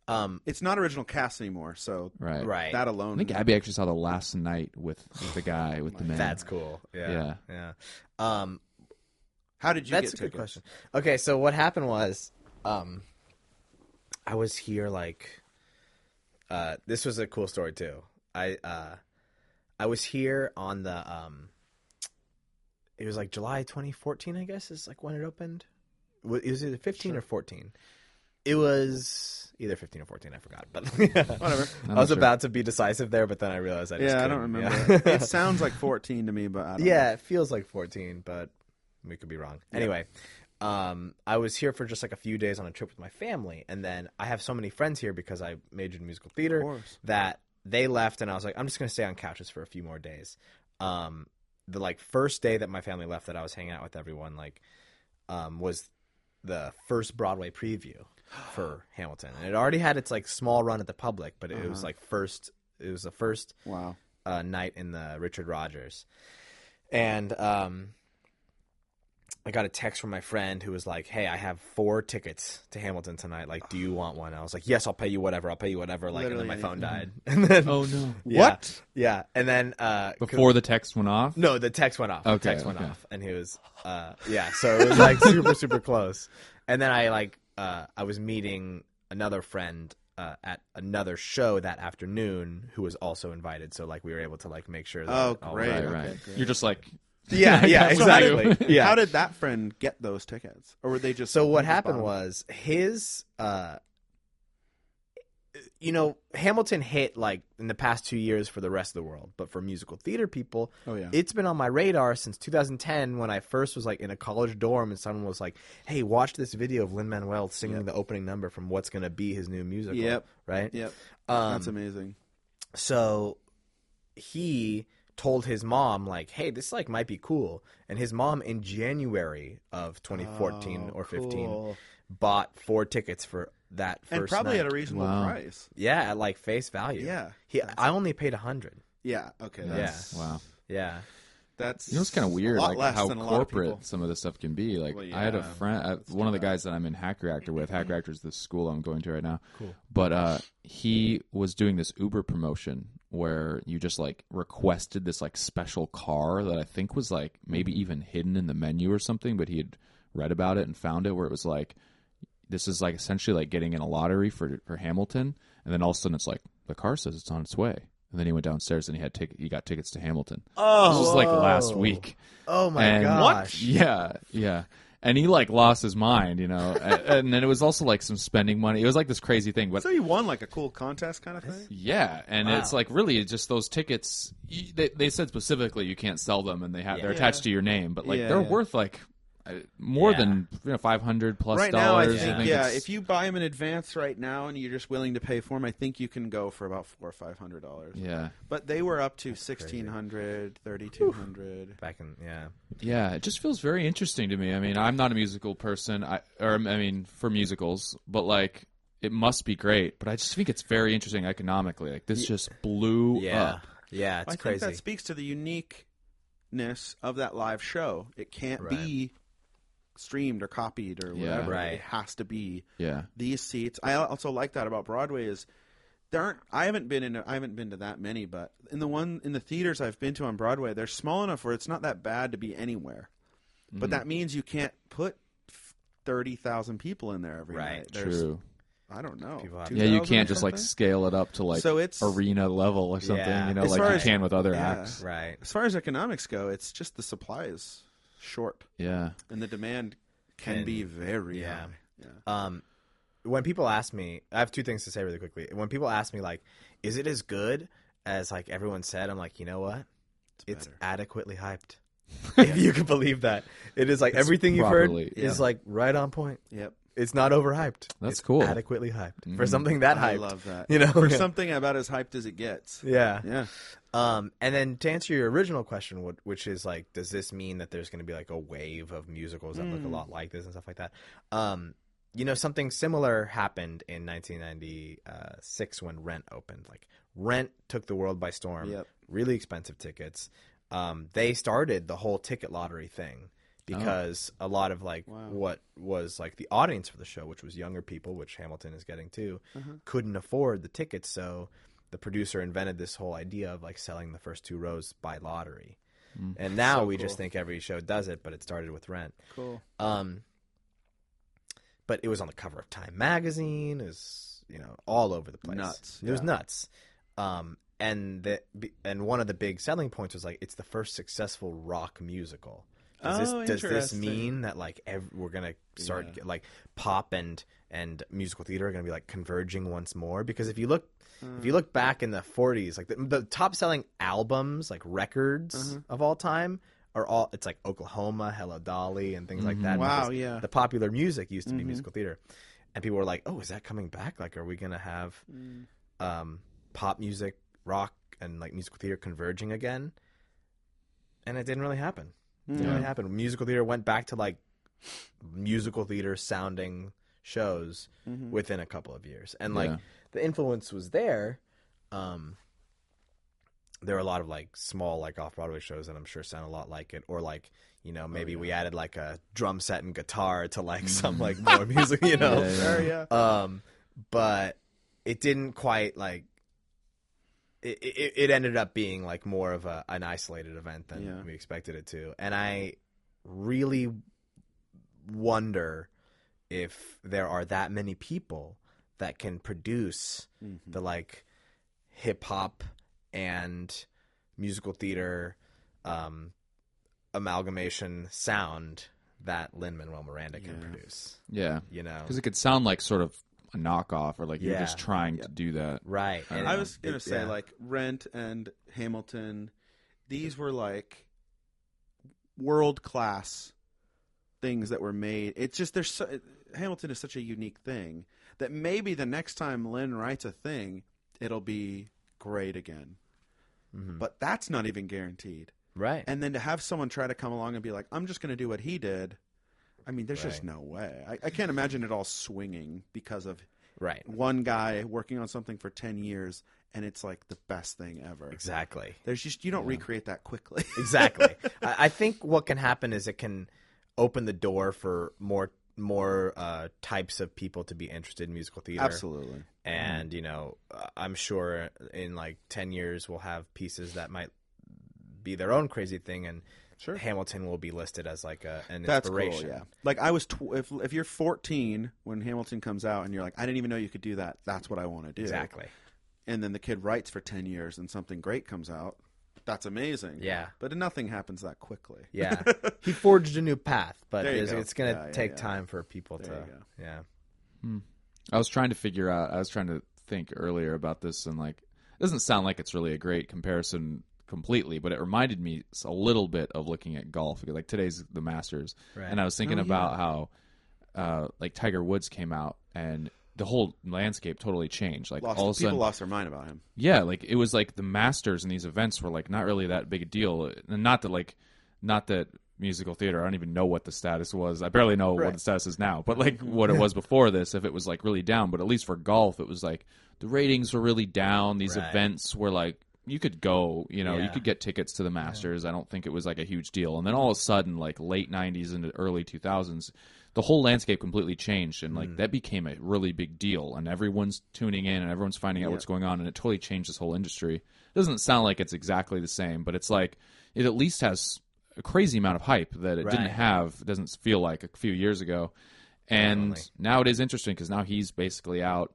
S2: Um,
S3: It's not original cast anymore, so
S1: Right.
S2: right.
S3: that
S1: I
S3: alone.
S1: think Abby actually saw the last night with, with the guy with the man.
S2: That's cool. Yeah. Yeah. Um,
S3: How did you
S2: that's
S3: get
S2: a good
S3: tickets?
S2: question. Okay, so what happened was, um, I was here like, uh, this was a cool story too. I uh, I was here on the um, it was like July 2014, I guess is like when it opened. Wa- It was either 15 or 14. It was either 15 or 14. I forgot, but
S3: Whatever.
S1: I'm
S2: I was
S1: sure.
S2: about to be decisive there, but then I realized I just
S3: Yeah, I don't
S2: couldn't.
S3: remember.
S2: Yeah.
S3: it sounds like 14 to me, but I don't
S2: Yeah, it feels like 14, but we could be wrong. Anyway, um, I was here for just like a few days on a trip with my family, and then I have so many friends here because I majored in musical
S3: know. Of
S2: theater
S3: course.
S2: that they left, and I was like, I'm just gonna stay on couches for a few more days. Um, the like first day that my family left, that I was hanging out with everyone, like, um, was the first Broadway preview for Hamilton, and it already had its like small run at the public, but it was
S3: Uh-huh.
S2: like first, it was the first
S3: Wow.
S2: uh, night in the Richard Rogers, and um, I got a text from my friend who was like, "Hey, I have four tickets to Hamilton tonight. Like, do you want one?" I was like, "Yes, I'll pay you whatever. I'll pay you whatever." Like, and then my phone
S3: Literally
S2: died. And then
S1: Oh no!
S2: yeah,
S3: What?
S2: Yeah, and then uh, 'cause-
S1: Before the text went off.
S2: no, the text went off. the
S1: Okay,
S2: text went
S1: okay.
S2: off, and he was, uh, yeah. So it was like super, super close. And then I like, uh, I was meeting another friend uh, at another show that afternoon who was also invited. So like, we were able to like make sure. That
S3: Oh,
S2: all-
S3: great.
S1: Right,
S3: Okay,
S1: right.
S3: great.
S1: You're just like
S2: Yeah, yeah,
S1: That's what I do.
S2: exactly. Yeah.
S3: How did that friend get those tickets? Or were they just
S2: so what
S3: they just
S2: happened
S3: bought
S2: was his uh you know hamilton hit like in the past two years for the rest of the world but for musical theater people
S3: them? Oh yeah.
S2: it's been on my radar since 2010 when i first was like in a college dorm and someone was like hey watch this video of lin manuel singing the opening number from what's going to be his new musical
S3: Yep.
S2: right
S3: Yep.
S2: um,
S3: That's amazing.
S2: so he told his mom like hey this like might be cool and his mom in january of 2014
S3: Oh,
S2: or 15
S3: cool.
S2: bought four tickets for that first
S3: And probably
S2: night.
S3: at a reasonable
S1: Wow.
S3: price.
S2: yeah at like face value
S3: Yeah.
S2: he I only paid a hundred
S3: Yeah. Okay.
S1: yeah.
S3: That's,
S1: Wow.
S2: yeah
S3: That's
S1: You know, it's kind of weird,
S3: A lot
S1: like
S3: less
S1: how
S3: than a lot of people.
S1: corporate some of this stuff can be. Like,
S3: Well,
S1: I had a
S3: yeah.
S1: friend, I, one of the guys that I'm in Hacker Actor with. Hacker Actor is the school I'm going to right now.
S2: Cool.
S1: But uh, he was doing this Uber promotion where you just like requested this like special car that I think was like
S3: Mm-hmm.
S1: maybe even hidden in the menu or something. But he had read about it and found it where it was like this is like essentially like getting in a lottery for for Hamilton, and then all of a sudden it's like the car says it's on its way. And then he went downstairs and he had ticket. He got tickets to Hamilton.
S2: oh
S1: This was like last week.
S2: oh my
S1: And-
S2: gosh
S1: Yeah, yeah. And he like lost his mind, you know. and, and then it was also like some spending money. It was like this crazy thing. But
S3: So you won like a cool contest kind of thing.
S1: yeah, and
S2: Wow.
S1: it's like really it's just those tickets. you- They, they said specifically you can't sell them, and they have they're
S3: Yeah.
S1: attached to your name, but like
S3: Yeah,
S1: they're
S3: yeah.
S1: worth like uh, more
S2: Yeah.
S1: than you know five hundred plus
S3: Right now, I
S1: dollars.
S3: think,
S2: I think
S3: yeah,
S1: it's-
S3: if you buy them in advance right now and you're just willing to pay for them, I think you can go for about four or five hundred dollars.
S1: yeah,
S3: But they were up to 1600 3200
S2: back in yeah
S1: Yeah, it just feels very interesting to me. I mean, I'm not a musical person, I, or I mean, for musicals, but like it must be great. But I just think it's very interesting economically. Like this just blew
S2: yeah
S1: up.
S2: yeah it's
S3: I
S2: crazy
S3: think that speaks to the uniqueness of that live show. It can't
S2: Right.
S3: be streamed or copied or
S1: Yeah.
S3: whatever.
S2: Right.
S3: It has to be
S1: Yeah,
S3: these seats. I also like that about Broadway is there aren't. I haven't been in. I haven't been to that many, but in the one in the theaters I've been to on Broadway, they're small enough where it's not that bad to be anywhere. But
S2: Mm-hmm.
S3: that means you can't put thirty thousand people in there every
S2: Right.
S3: night. There's,
S1: Mm-hmm. true.
S3: I don't know.
S2: People have-
S1: Yeah, you
S3: 2,000 or
S1: can't just like
S3: something?
S1: scale it up to like
S3: So it's-
S1: arena level or something.
S2: Yeah.
S1: You know,
S3: As
S1: like
S3: far
S1: you
S3: as-
S1: can with other
S3: yeah.
S1: acts.
S2: right
S3: As far as economics go, it's just the supply is short
S1: Yeah,
S3: and the demand can
S2: Can-
S3: be very
S2: yeah.
S3: high. Yeah.
S2: um when people ask me i have two things to say really quickly when people ask me like is it as good as like everyone said i'm like you know what it's
S3: better.
S2: adequately hyped if you can believe that it is like everything you've heard
S1: probably-
S2: is like right on point
S3: Yep.
S2: It's not overhyped.
S1: That's
S2: It's
S1: cool. Mm-hmm.
S2: Adequately hyped for something that
S3: I
S2: hyped.
S3: love that.
S2: You know,
S3: for
S2: Yeah.
S3: something about as hyped as it gets.
S2: Yeah.
S3: Yeah.
S2: Um, and then to answer your original question, wh- which is like, does this mean that there's going to be like a wave of musicals that
S3: Hmm.
S2: look a lot like this and stuff like that? Um, you know, something similar happened in 1996 when Rent opened. Like, Rent took the world by storm.
S3: Yep.
S2: Really expensive tickets. Um, they started the whole ticket lottery thing because a lot of like
S3: Oh. Wow.
S2: what was like the audience for the show, which was younger people, which Hamilton is getting too,
S3: Uh-huh.
S2: couldn't afford the tickets, so the producer invented this whole idea of like selling the first two rows by lottery.
S3: Mm.
S2: And now we just think every show does it, but it started with Rent.
S3: Cool.
S2: Um, but it was on the cover of Time magazine. It was you know all over the place.
S3: Nuts,
S2: It was
S3: yeah.
S2: nuts. Um, and the be- and one of the big selling points was like it's the first successful rock musical. Does
S3: Oh,
S2: this, does this
S3: interesting.
S2: mean that like ev- we're gonna start get- like pop and and musical theater are gonna be like converging once more? Because if you look if you look back in the 40s, like the, the top selling albums, like records
S3: Mm-hmm.
S2: of all time, are all it's like Oklahoma, Hello Dolly, and things like that.
S3: Mm-hmm. Wow,
S2: because
S3: yeah. Mm-hmm.
S2: The popular music used to be musical theater, and people were like, "Oh, is that coming back? Like, are we gonna have
S3: Mm.
S2: um, pop music, rock, and like musical theater converging again?" And it didn't really happen. It didn't really happen. Musical theater went back to like musical theater sounding shows within a couple of years, and like
S1: Mm-hmm. Yeah.
S2: the influence was there. Um, there were a lot of like small like off Broadway shows that I'm sure sound a lot like it, or like you
S1: Oh,
S2: know maybe we added like a drum set and guitar to like some like more music, you know.
S1: Yeah,
S2: Um, but it didn't quite like. It, it, it ended up being like more of a, an isolated event than
S3: Yeah.
S2: we expected it to, and I really wonder if there are that many people that can produce
S3: Hmm.
S2: the like hip hop and musical theater um, amalgamation sound that Lin Manuel Miranda can produce.
S1: Yeah,
S2: You know,
S1: because it could sound like sort of a knockoff, or like you're
S2: Yeah.
S1: just trying to do that.
S2: right? and-
S3: I was gonna
S2: it-
S3: say
S2: yeah.
S3: like Rent and Hamilton. These were like world class things that were made. It's just there's so, Hamilton is such a unique thing that maybe the next time Lynn writes a thing, it'll be great again.
S2: Mm-hmm.
S3: But that's not even guaranteed.
S2: right?
S3: And then to have someone try to come along and be like, "I'm just going to do what he did," I mean, there's just
S2: Right.
S3: no way. I, I can't imagine it all swinging because of
S2: right,
S3: one guy working on something for 10 years and it's like the best thing ever.
S2: exactly.
S3: There's just you don't recreate that quickly.
S2: exactly. I, I think what can happen is it can open the door for more more uh, types of people to be interested in musical theater.
S3: Absolutely.
S2: And you know, uh, I'm sure in like ten years we'll have pieces that might be their own crazy thing, and
S3: Sure.
S2: Hamilton will be listed as like a, an
S3: That's cool,
S2: inspiration.
S3: yeah. Like I was tw- if if you're 14 when Hamilton comes out and you're like I didn't even know you could do that. That's what I want to do.
S2: Exactly.
S3: And then the kid writes for 10 years and something great comes out. That's amazing.
S2: Yeah.
S3: But nothing happens that quickly.
S2: Yeah, he forged a new path, but
S3: There you
S2: it's,
S3: go.
S2: it's gonna
S3: Yeah, yeah,
S2: take
S3: yeah.
S2: time for people
S3: There
S2: to.
S3: you go.
S2: Yeah,
S1: I was trying to figure out. I was trying to think earlier about this, and like, it doesn't sound like it's really a great comparison completely, but it reminded me a little bit of looking at golf. because, Like today's the Masters,
S2: Right.
S1: and I was
S3: Oh,
S1: thinking about how, uh, like Tiger Woods came out and. The whole landscape totally changed. Like
S3: Lost,
S1: all
S3: people
S1: of a sudden,
S3: lost their mind about him.
S1: yeah, like it was like the masters and these events were like not really that big a deal, and not that like not that musical theater. I don't even know what the status was. I barely know what the status is now, but like what it was before this, if it was like really down. But at least for golf, it was like the ratings were really down. These
S2: Right.
S1: events were like you could go, you know, you
S2: Yeah.
S1: could get tickets to the Masters. I don't think it was like a huge deal. And then all of a sudden, like late '90s into early 2000s, the whole landscape completely changed, and
S2: Mm.
S1: like that became a really big deal. And everyone's tuning in, and everyone's finding out what's going on, and it totally changed this whole industry. It doesn't sound like it's exactly the same, but it's like it at least has a crazy amount of hype that it didn't
S2: Right.
S1: have. It doesn't feel like a few years ago. And now it is interesting because now he's basically out,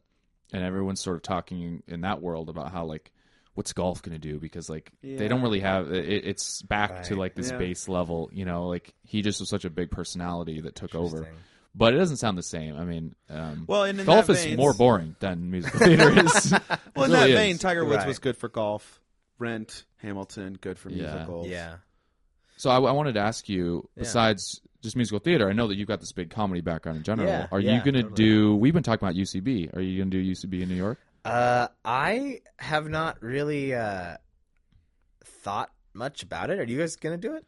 S1: and everyone's sort of talking in that world about how like what's golf going to do because like they don't really have it, it's back to
S2: Right.
S1: like this
S3: Yeah.
S1: base level you know like he just was such a big personality that took over
S2: Interesting.
S1: but it doesn't sound the same i mean um,
S3: Well, and in
S1: golf
S3: that
S1: is
S3: vein-
S1: more boring than musical theater is
S3: Well, in
S1: It really
S3: that
S1: is.
S3: vein, Tiger Woods
S2: Right.
S3: was good for golf. Rent, Hamilton, good for
S1: Yeah.
S3: musicals.
S2: yeah.
S1: so I, I wanted to ask you besides just musical theater i know that you've got this big comedy background in general
S2: Yeah,
S1: are you
S2: yeah,
S1: going to
S2: totally.
S1: do we've been talking about ucb are you going to do ucb in new york
S2: Uh, I have not really uh, thought much about it. Are you guys gonna do it?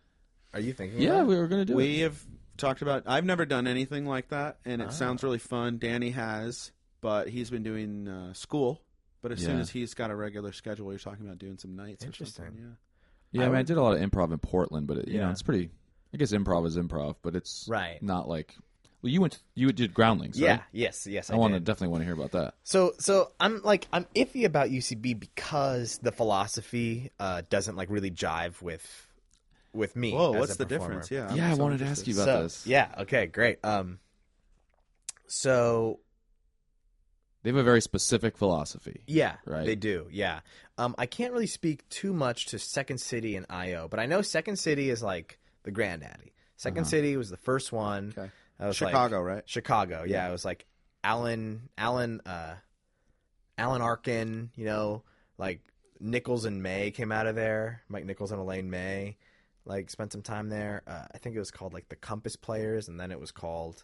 S2: Are you thinking?
S1: yeah
S2: about
S1: we were going to do it Ah.
S3: We have talked about. I've never done anything like that, and it sounds really fun. Danny has, but he's been doing uh, school. But as soon
S1: Yeah.
S3: as he's got a regular schedule, you're talking about doing some nights.
S2: Interesting.
S3: Or something.
S1: yeah I,
S2: I
S1: mean, I
S2: would-
S1: did a lot of improv in portland but it, you know
S2: Yeah.
S1: it's pretty I guess improv is improv, but it's
S2: Right.
S1: Not like well, you went you did Groundlings.
S2: Yeah.
S1: right?
S2: Yes. Yes.
S1: I,
S2: I,
S1: want to
S2: did.
S1: definitely want to hear about that.
S2: So so I'm like I'm iffy about UCB because the philosophy uh, doesn't like really jive with with me.
S3: Whoa,
S2: as
S3: what's
S2: a
S3: the
S2: performer.
S3: difference? Yeah, I'm
S1: yeah, I
S3: so
S1: wanted to ask
S3: interested.
S1: you about
S2: so,
S1: this.
S2: Yeah. Okay. Great. Um. So
S1: They have a very specific philosophy.
S2: yeah,
S1: Right.
S2: They do. Yeah. Um. I can't really speak too much to Second City and IO, but I know Second City is like the granddaddy. 2nd City was the first one.
S3: Uh-huh. Okay.
S2: That was, like-
S3: Chicago, right?
S2: Chicago. Yeah, it was like Alan, Alan, uh, Alan Arkin. You know, like Nichols and May came out of there. Mike Nichols and Elaine May, like spent some time there. Uh, I think it was called like the Compass Players, and then it was called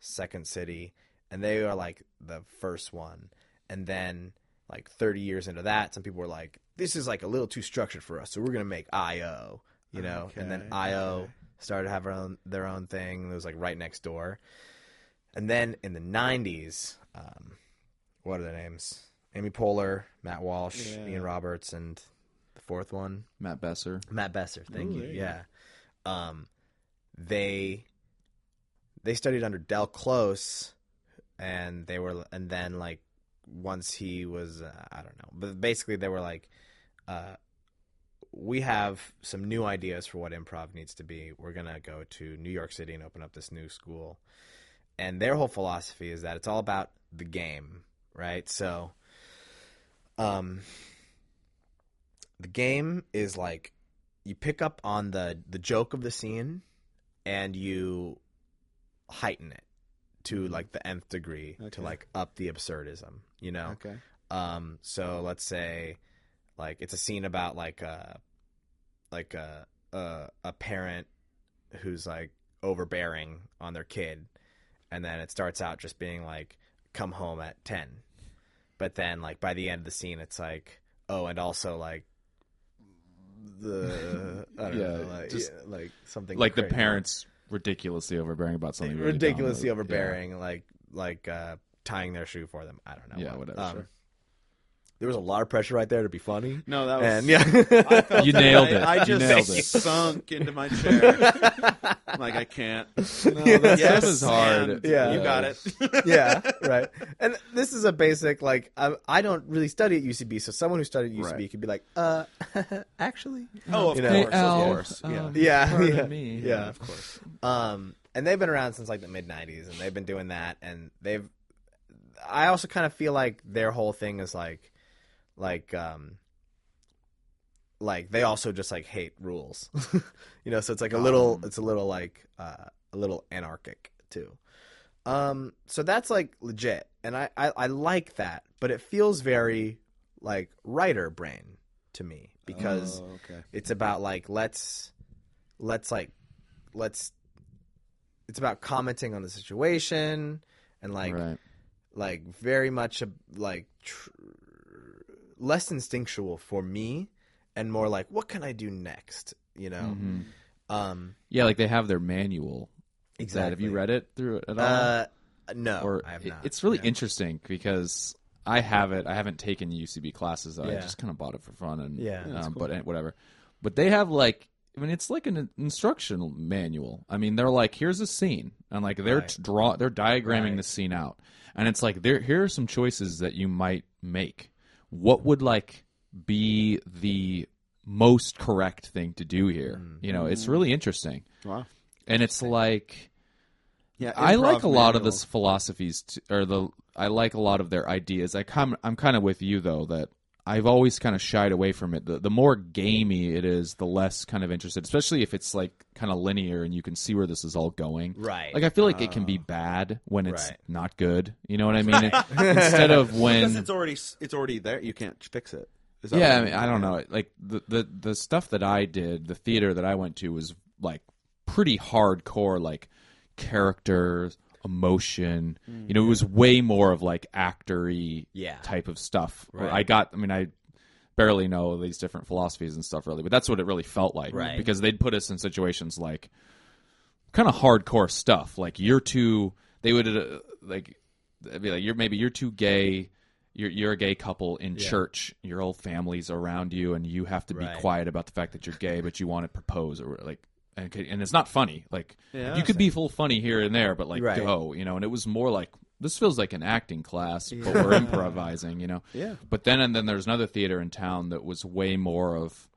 S2: Second City, and they are like the first one. And then like 30 years into that, some people were like, "This is like a little too structured for us, so we're gonna make IO." You know, and then
S3: Okay,
S2: IO
S3: okay.
S2: started to have her own, their own thing. It was like right next door. And then in the 90s, um, what are their names? Amy Poehler, Matt Walsh,
S3: Yeah.
S2: Ian Roberts, and the fourth one,
S1: Matt Besser.
S2: Matt Besser. Thank
S3: Ooh,
S2: you.
S3: there you
S2: Yeah. Um, they they studied under Del Close, and they were, and then like once he was, uh, I don't know, but basically they were like, uh, we have some new ideas for what improv needs to be. We're gonna go to New York City and open up this new school, and their whole philosophy is that it's all about the game, right? So, um, the game is like you pick up on the the joke of the scene and you heighten it to like the nth degree
S3: Okay.
S2: to like up the absurdism you know
S3: Okay.
S2: um so let's say like it's a scene about like a like a a, a parent who's like overbearing on their kid and then it starts out just being like come home at 10 but then like by the end of the scene it's like oh and also like the I don't
S1: Yeah,
S2: know, like,
S1: just-
S2: yeah, like something
S1: Like the
S2: crazy.
S1: parents ridiculously overbearing about something. Really dumb.
S2: ridiculously
S1: Yeah.
S2: overbearing like like uh tying their shoe for them i don't know um,
S1: Yeah, whatever, sure.
S2: there was a lot of pressure right there to be funny
S3: No, that was.
S2: and
S3: I
S2: yeah
S3: felt
S1: You
S3: that
S1: nailed
S3: I-
S1: it.
S3: I
S1: You
S3: just
S1: nailed it.
S3: sunk into my chair. I'm like I can't.
S1: No, that
S3: yes,
S1: stuff is hard.
S3: and
S2: Yeah.
S3: you got it.
S2: yeah, right. And this is a basic like I, I don't really study at UCB, so someone who studied at UCB
S3: Right.
S2: could be like, uh, actually,
S3: Oh, of
S2: You know,
S3: course,
S1: Hey, Al,
S3: of course.
S1: um,
S3: yeah.
S2: yeah,
S1: Pardon
S2: yeah,
S1: me.
S2: yeah.
S3: of course.
S2: Um, and they've been around since like the mid '90s, and they've been doing that. And they've, I also kind of feel like their whole thing is like, like, um, like they also just like hate rules, you know. So it's like a little,
S3: Um.
S2: it's a little like uh, a little anarchic too. Um, so that's like legit, and I, I I like that, but it feels very like writer brain to me because
S3: Oh, okay.
S2: it's about like let's let's like let's it's about commenting on the situation and like
S1: right.
S2: like very much a, like tr- less instinctual for me and more like what can I do next you know
S1: Mhm.
S2: um
S1: Yeah, like they have their manual. That- Have you read it through it at all?
S2: uh no
S1: or
S2: I have
S1: it-
S2: not
S1: it's really
S2: Yeah.
S1: interesting because I have it. I haven't taken UCB classes. though. I
S2: Yeah.
S1: just kind of bought it for fun and
S2: Yeah. Yeah, that's
S1: um, but eh, whatever. But they have like I mean it's like an instructional manual. I mean they're like here's a scene and like they're
S2: Right.
S1: t- draw they're diagramming
S2: Right.
S1: the scene out and it's like there here are some choices that you might make. What would like be the most correct thing to do here?
S2: Mm.
S1: You know, it's really interesting.
S3: Wow.
S1: And it's like
S3: Yeah,
S1: I like
S3: improv
S1: a lot of
S3: manual.
S1: this philosophies t- or the I like a lot of their ideas. I come I'm kind of with you though that I've always kind of shied away from it. The, the more gamey it is, the less kind of interested, especially if it's like kind of linear and you can see where this is all going.
S2: Right.
S1: Like I feel like it can be bad when it's
S2: Right.
S1: not good. You know what I mean? Instead of
S3: because
S1: when
S3: it's already s- it's already there. You can't fix it. Is that
S1: yeah, I,
S3: what
S1: mean,
S3: you
S1: I don't know. Like the, the the stuff that I did, the theater that I went to was like pretty hardcore, like characters, emotion. You know, it was way more of like actory
S2: Yeah.
S1: type of stuff. Or
S2: Right.
S1: I got. I mean, I barely know these different philosophies and stuff really, but that's what it really felt like.
S2: Right.
S1: Because they'd put us in situations like kind of hardcore stuff. Like you're too. They would uh, like they'd be like you're maybe you're too gay. You're you're a gay couple in church. Your whole family's around you, and you have to be
S2: Right.
S1: quiet about the fact that you're gay, but you want to propose or like. and, c- and it's not funny. Like
S3: Yeah,
S1: you could be full funny here and there, but like
S2: Right.
S1: go, you know. And it was more like this feels like an acting class, but we're improvising, you know.
S3: Yeah.
S1: But then and then there's another theater in town that was way more of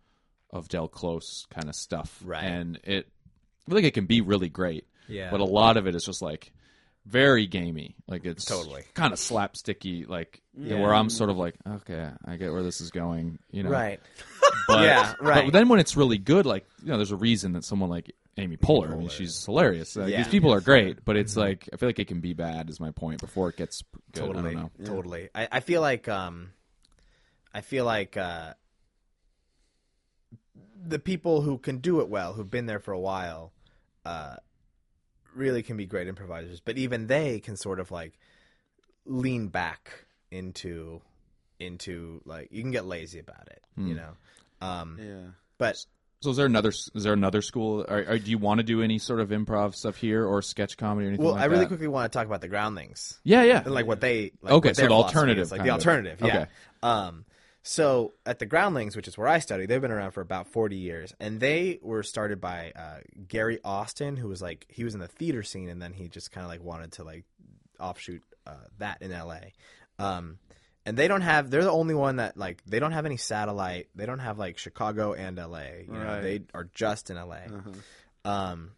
S1: of Del Close kind of stuff,
S2: Right.
S1: And it I feel like it can be really great,
S2: Yeah.
S1: But a lot of it is just like very gamey, like it's
S2: Totally.
S1: kind of slapsticky, like where I'm sort of like, okay, I get where this is going, you know,
S2: Right.
S1: but,
S2: Yeah, right.
S1: But then when it's really good, like you know, there's a reason that someone like Amy Poehler, I mean, she's hilarious. Like,
S2: Yeah. Mm-hmm.
S1: These people are great, but it's like I feel like it can be bad. Is my point before it gets good. I
S2: totally
S1: don't know.
S2: totally I, I feel like um i feel like uh the people who can do it well who've been there for a while uh really can be great improvisers but even they can sort of like lean back into into like you can get lazy about it
S1: Hmm.
S2: you know um
S3: Yeah.
S2: but
S1: So is there another? Is there another school? Or, or do you want to do any sort of improv stuff here or sketch comedy or anything?
S2: well
S1: like
S2: i really
S1: that?
S2: quickly want to talk about the groundlings
S1: Yeah, yeah.
S2: and like what they like
S1: Okay,
S2: what
S1: so
S2: their
S1: the
S2: philosophy
S1: alternative
S2: is, like
S1: kind
S2: the
S1: of.
S2: alternative yeah
S1: Okay.
S2: um so at the groundlings which is where i study they've been around for about 40 years and they were started by uh, gary austin who was like he was in the theater scene and then he just kind of like wanted to like offshoot uh, that in la um and they don't have they're the only one that like they don't have any satellite they don't have like chicago and la you know
S3: Right.
S2: they are just in la
S3: Uh-huh.
S2: um,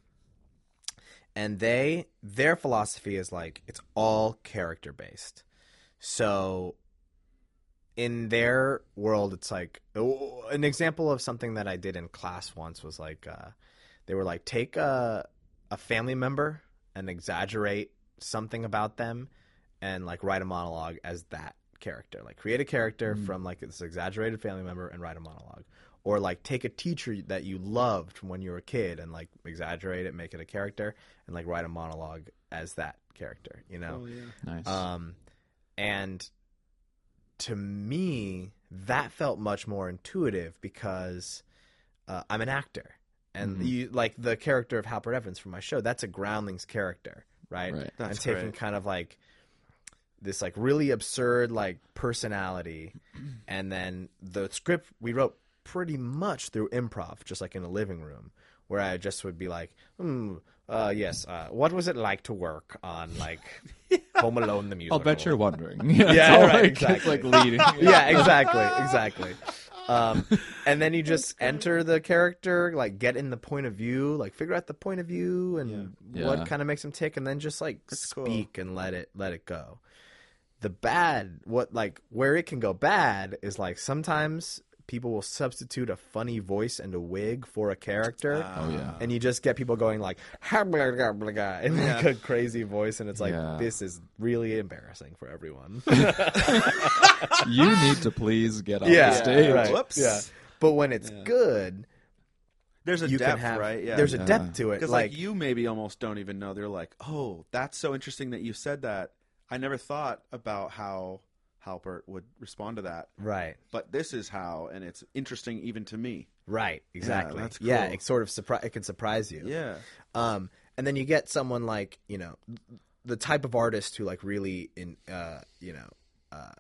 S2: and they their philosophy is like it's all character based. So in their world, it's like oh, an example of something that I did in class once was like uh, they were like take a a family member and exaggerate something about them and like write a monologue as that character like create a character from like this exaggerated family member and write a monologue or like take a teacher that you loved from when you were a kid and like exaggerate it make it a character and like write a monologue as that character you know
S3: Oh, yeah.
S1: nice.
S2: um, and to me, that felt much more intuitive because uh, I'm an actor, and
S1: Mhm.
S2: you like the character of Halpert Evans from my show. That's a Groundlings character, right?
S1: Right.
S3: That's
S2: I'm taking
S3: great.
S2: kind of like this like really absurd like personality, and then the script we wrote pretty much through improv, just like in a living room, where I just would be like, hmm. Uh, yes. Uh, what was it like to work on like Home Alone the
S1: I'll
S2: musical?
S1: bet you're wondering. yeah, it's
S2: Yeah,
S1: all
S2: right,
S1: like,
S2: exactly.
S1: It's like leading.
S2: yeah, exactly, exactly. Um, and then you just enter the character, like get in the point of view, like figure out the point of view and
S1: Yeah.
S2: what
S1: Yeah.
S2: kind of makes them tick, and then just like
S3: cool.
S2: speak and let it let it go. The bad, what like where it can go bad is like sometimes people will substitute a funny voice and a wig for a character.
S3: Uh, Ah.
S1: Oh yeah.
S2: and you just get people going like in like a crazy voice, and it's like
S1: Yeah.
S2: this is really embarrassing for everyone.
S1: you need to please get on
S2: yeah,
S1: the stage.
S2: Right.
S3: Whoops.
S2: Yeah. But when it's good,
S3: There's a
S2: you
S3: depth,
S2: can have
S3: right? Yeah.
S2: there's a
S1: Yeah.
S2: depth to it.
S3: because
S2: Like,
S3: like, you maybe almost don't even know. They're like, oh, that's so interesting that you said that. I never thought about how Halpert would respond to that,
S2: right,
S3: but this is how, and it's interesting even to me.
S2: right, exactly. Yeah,
S3: that's cool.
S2: it sort of surprise. It can surprise you.
S3: Yeah.
S2: Um, and then you get someone like you know, the type of artist who like really in uh you know, uh,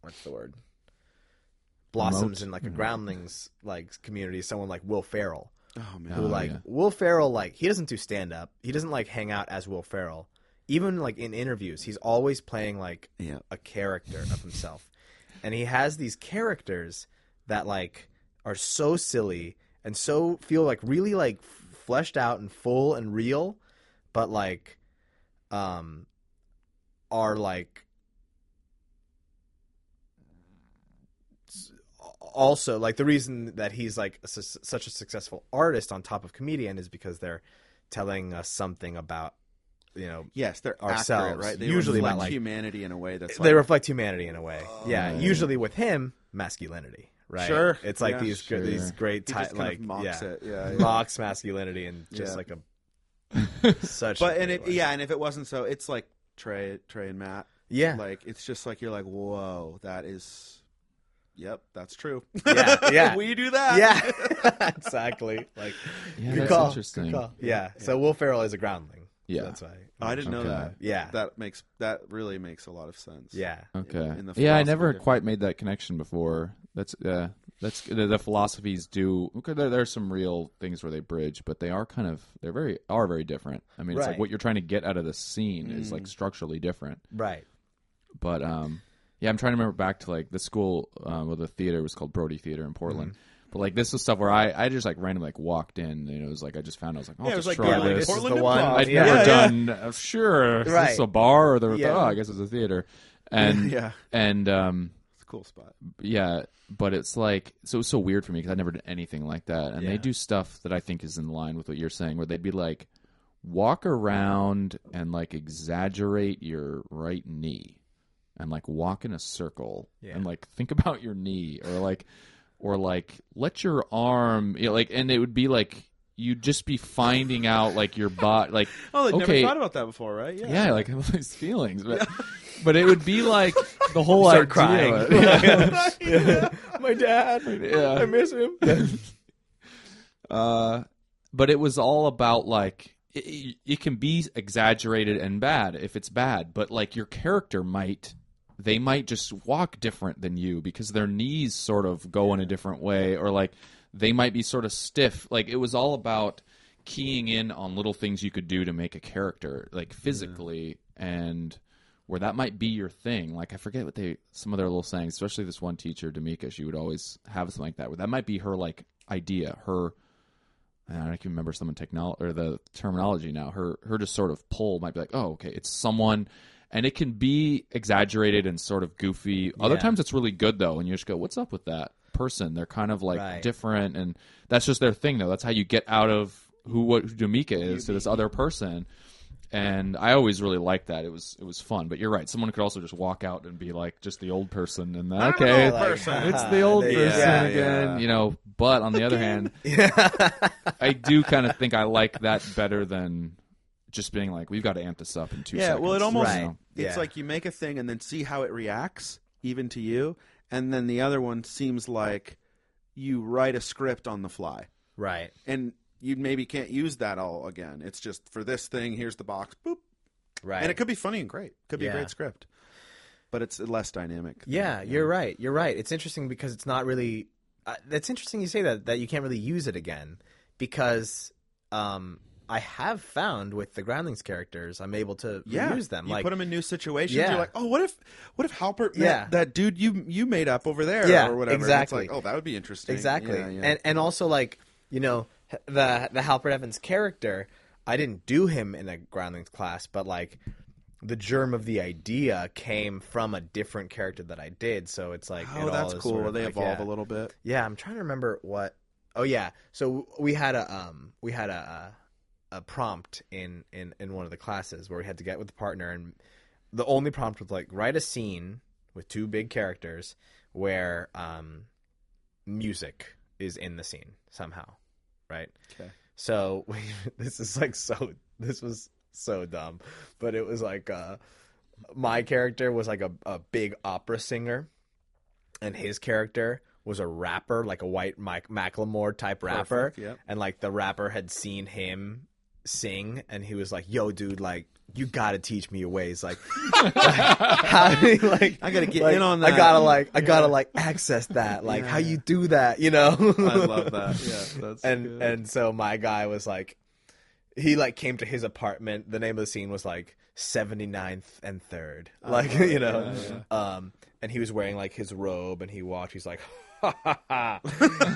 S2: what's the word? Blossoms in like
S1: Mm-hmm.
S2: a groundlings like community. Someone like Will Ferrell.
S3: Oh man.
S2: who
S1: Oh,
S2: like
S1: yeah.
S2: Will Ferrell like he doesn't do stand up. He doesn't like hang out as Will Ferrell. Even like in interviews, he's always playing like
S3: Yeah.
S2: a character of himself. and he has these characters that like are so silly and so feel like really like f- fleshed out and full and real, but like um are like also like the reason that he's like su- such a successful artist on top of comedian is because they're telling us something about you know
S3: Yes, they're accurate,
S2: Ourselves.
S3: right? They
S2: Usually about,
S3: reflect
S2: like-
S3: humanity in a way that's
S2: they
S3: like,
S2: reflect humanity in a way.
S1: Oh,
S2: yeah, usually with him, masculinity, right?
S3: Sure.
S2: It's like
S3: Yeah,
S2: these
S1: sure.
S2: these great
S3: he
S2: type
S3: just kind
S2: like
S3: of mocks
S2: yeah,
S3: it. Yeah. yeah.
S2: mocks masculinity and just
S3: Yeah.
S2: like a such.
S3: But
S2: a
S3: and
S2: great
S3: it
S2: way.
S3: yeah, and if it wasn't so, it's like Trey, Trey and Matt.
S2: yeah,
S3: Like it's just like you're like, whoa, that is. Yep, that's true.
S2: Yeah, yeah.
S3: we do that.
S2: yeah, exactly. Like
S1: Yeah,
S2: good
S1: that's
S2: call,
S1: interesting.
S2: good call. Yeah. So Will Ferrell is a groundling.
S1: Yeah.
S2: that's why.
S3: Oh, I didn't know
S1: Okay.
S3: that.
S2: Yeah,
S3: That makes that really makes a lot of sense.
S2: yeah.
S1: Okay.
S3: in the
S1: yeah, I
S3: philosophy
S1: never
S3: difference.
S1: quite made that connection before. That's uh, That's the, the philosophies do. Okay, there, there are some real things where they bridge, but they are kind of they're very are very different. I mean, it's
S2: Right. Mm.
S1: like what you're trying to get out of the scene is like structurally different.
S2: Right.
S1: But um, yeah, I'm trying to remember back to like the school uh, well, the theater was called Brody Theater in Portland. But like this was stuff where I, I just like randomly like walked in and it was like I just found I was like oh
S3: Yeah, it
S1: just
S3: was like
S1: try
S3: yeah,
S2: like,
S1: this
S2: this is
S3: Portland
S2: the one.
S3: Improv.
S1: I'd
S2: Yeah.
S1: never
S3: Yeah, yeah.
S1: done. Uh, sure, is this
S2: Right.
S1: a bar or the?
S2: Yeah.
S1: Oh, I guess it's a theater, and
S3: Yeah.
S1: and um,
S3: It's a cool spot.
S1: yeah, but it's like so it's so weird for me because I never did anything like that, and they
S2: Yeah.
S1: do stuff that I think is in line with what you're saying, where they'd be like, walk around and like exaggerate your right knee, and like walk in a circle,
S2: Yeah.
S1: and like think about your knee, or like, or like let your arm, you know, like, and it would be like you'd just be finding out like your body, like
S3: Oh, they
S1: okay,
S3: never thought about that before, right? Yeah.
S1: yeah, like I have all these feelings, but but it would be like the whole
S2: Start
S1: idea. of
S2: crying.
S1: it.
S2: My dad.
S1: Yeah.
S2: I miss him.
S1: Uh, but it was all about like it- it, it can be exaggerated and bad if it's bad, but like your character might they might just walk different than you because their knees sort of go in a different way or like they might be sort of stiff. Like it was all about keying in on little things you could do to make a character like physically and where that might be your thing. Like I forget what they some of their little sayings, especially this one teacher, Damika, she would always have something like that. Where that might be her like idea, her I don't know, I can remember some technology or the terminology now. Her her just sort of pull might be like, oh, okay, it's someone, and it can be exaggerated and sort of goofy. Other
S2: Yeah.
S1: times it's really good though, and you just go, what's up with that person? They're kind of like
S2: Right.
S1: different, and that's just their thing though. That's how you get out of who what who Jamika is to this other person. And I always really liked that. It was it was fun. But you're right. Someone could also just walk out and be like just the old person, and then, okay,
S3: know, like, person.
S1: it's the old
S2: Yeah.
S1: person
S2: Yeah,
S1: again.
S3: yeah.
S1: You know. But on the other hand, I do kind of think I like that better than just being like, we've got to amp this up in two
S3: Yeah,
S1: seconds.
S3: well, it almost
S1: you know?
S2: Right.
S3: it's
S2: Yeah.
S3: like you make a thing and then see how it reacts, even to you, and then the other one seems like you write a script on the fly,
S2: Right.
S3: and you maybe can't use that all again. It's just for this thing, here's the box, boop,
S2: Right.
S3: and it could be funny and great, could be
S2: Yeah.
S3: a great script, but it's less dynamic. than-
S2: Yeah, you're right. You're right. It's interesting because it's not really. Uh, that's interesting you say that that you can't really use it again because um, I have found with the Groundlings characters I'm able to
S3: Yeah,
S2: use them.
S3: You
S2: like
S3: put them in new situations.
S2: Yeah.
S3: You're like, oh, what if, what if Halpert met
S2: Yeah.
S3: that dude you you made up over there,
S2: Yeah,
S3: or whatever? And
S2: exactly.
S3: It's like, oh, that would be interesting.
S2: exactly,
S3: Yeah, yeah.
S2: and and also like you know h- the the Halpert Evans character. I didn't do him in a Groundlings class, but like the germ of the idea came from a different character that I did. So it's like it
S3: oh,
S2: all
S3: that's
S2: is
S3: cool.
S2: sort of
S3: they
S2: like,
S3: evolve
S2: yeah.
S3: a little bit.
S2: Yeah, I'm trying to remember what. Oh yeah, so we had a um we had a a, a prompt in in in one of the classes where we had to get with the partner and the only prompt was like write a scene with two big characters where um music is in the scene somehow, right?
S3: Okay.
S2: So we, this is like so this was so dumb, but it was like uh my character was like a, a big opera singer and his character was a rapper, like a white Mike Macklemore type rapper.
S3: Perfect, yep.
S2: And like the rapper had seen him sing and he was like, Yo, dude, like you gotta teach me your ways. Like how do you, like
S3: I gotta get
S2: like,
S3: in on
S2: I
S3: that.
S2: gotta like I gotta like access that. Like how you do that, you know?
S3: I love that. Yeah, that's
S2: and
S3: good.
S2: and so my guy was like he like came to his apartment the name of the scene was like 79th and 3rd like
S3: love it.
S2: you know
S3: Oh, Yeah,
S2: um and he was wearing like his robe and he walked he's like ha ha ha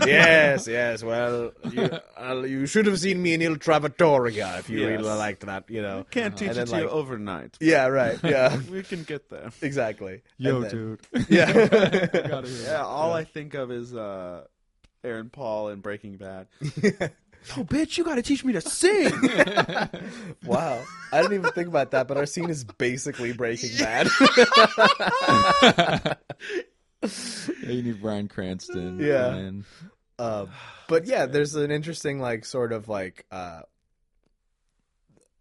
S2: yes yes well you, uh, you should have seen me in il travatoria if you
S3: Yes.
S2: really liked that you know
S3: can't teach
S2: and
S3: it
S2: then,
S3: to
S2: like-
S3: you overnight.
S2: yeah right yeah
S3: We can get there.
S2: exactly
S1: Yo,
S2: And then-
S1: dude.
S2: yeah
S1: Gotta hear
S3: Yeah, all I think of is uh, Aaron Paul and Breaking Bad.
S2: Oh,
S3: Yo, bitch, you gotta teach me to sing.
S2: wow i didn't even think about that but our scene is basically breaking bad
S1: Yeah, you need Brian Cranston.
S2: Yeah.
S1: and-
S3: Oh,
S2: Um, but yeah, there's an interesting like sort of like uh,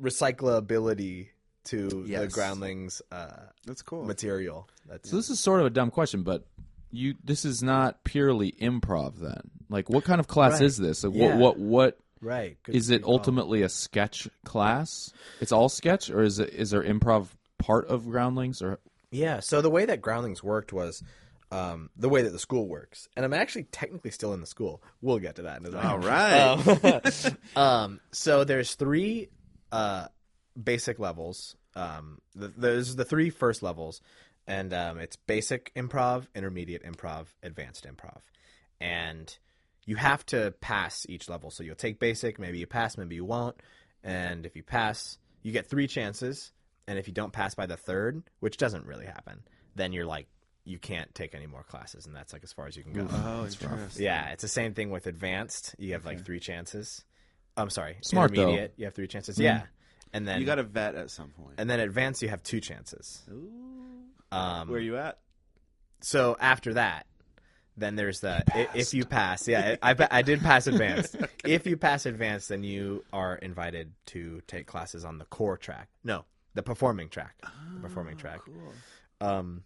S2: recyclability to the
S3: Yes.
S2: groundlings uh,
S3: That's cool.
S2: material. That's
S1: so this is sort of a dumb question, but you this is not purely improv then. Like, what kind of class
S2: Right.
S1: is this? Like,
S2: Yeah.
S1: What what what
S2: right. Good
S1: is it
S2: recall.
S1: ultimately a sketch class? It's all sketch, or is it is there improv part of Groundlings? Or
S2: Yeah. So the way that groundlings worked was um, the way that the school works. And I'm actually technically still in the school. We'll get to that in a second.
S3: All right.
S2: Um, um, so there's three uh, basic levels. Um, th- there's the three first levels, and um, it's basic improv, intermediate improv, advanced improv, and you have to pass each level. So you'll take basic, maybe you pass, maybe you won't, and if you pass, you get three chances, and if you don't pass by the third, which doesn't really happen, then you're like you can't take any more classes, and that's like as far as you can go.
S3: oh, interesting.
S2: Yeah, it's the same thing with advanced. You have like three chances. I'm sorry,
S1: Smart, though.
S2: intermediate. You have three chances. Yeah, and then
S3: You got to vet at some point.
S2: and then advanced. You have two chances. Um,
S3: Where you at?
S2: so after that, then there's the i if you pass. Yeah, I, I pa- I did pass advanced. If you pass advanced, then you are invited to take classes on the core track. No, the performing track. the performing track.
S3: Cool.
S2: Um,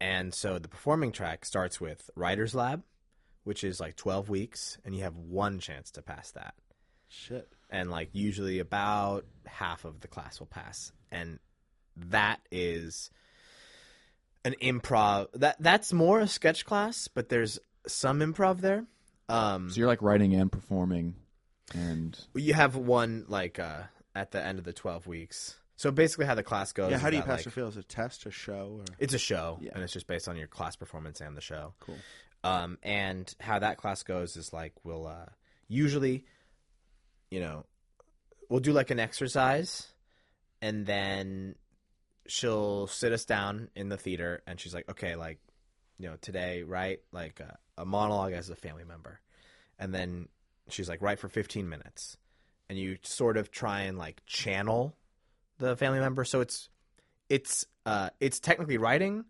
S2: and so the performing track starts with Writer's Lab, which is like 12 weeks, and you have one chance to pass that.
S3: Shit.
S2: And like usually about half of the class will pass. And that is an improv. That That's more a sketch class, but there's some improv there. Um,
S1: So you're like writing and performing, and
S2: you have one like uh, at the end of the 12 weeks. So basically, how the class goes.
S3: Yeah,
S2: is
S3: how do you
S2: that,
S3: pass
S2: like-
S3: your fail? Is it a test, a show, or
S2: It's a show,
S3: Yeah.
S2: and it's just based on your class performance and the show.
S3: cool?
S2: Um, and how that class goes is like we'll uh, usually, you know, we'll do like an exercise, and then she'll sit us down in the theater, and she's like, "Okay, like, you know, today, write like a, a monologue as a family member," and then she's like, "Write for fifteen minutes," and you sort of try and like channel the family member. So it's it's uh it's technically writing,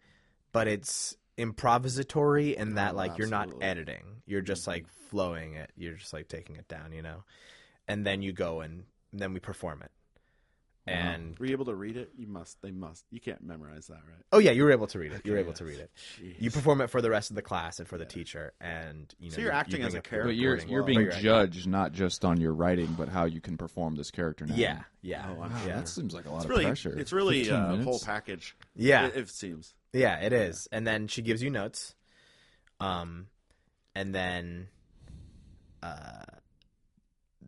S2: but it's improvisatory in that
S3: Oh,
S2: like you're not
S3: absolutely.
S2: editing. You're just like flowing it. You're just like taking it down, you know. And then you go and then we perform it.
S1: Wow.
S2: And
S3: Were you able to read it? You must. They must. You can't memorize that, right?
S2: oh yeah, you were able to read it. You were
S3: Okay,
S2: able to read it.
S3: Jeez.
S2: You perform it for the rest of the class and for the teacher, and you know.
S3: So you're
S2: you- you
S3: acting
S2: bring
S3: as a
S2: up your
S3: character
S1: but you're
S2: recording.
S1: you're
S3: well. Oh,
S1: being
S2: Right.
S1: judged not just on your writing, but how you can perform this character now.
S2: Yeah, yeah,
S3: Oh, wow.
S2: yeah.
S1: that seems like a lot
S3: it's
S1: of
S3: really,
S1: pressure.
S3: it's really
S1: 15
S3: uh, a
S1: minutes?
S3: whole package.
S2: Yeah.
S3: it, it seems.
S2: Yeah, it is. And then she gives you notes. Um and then uh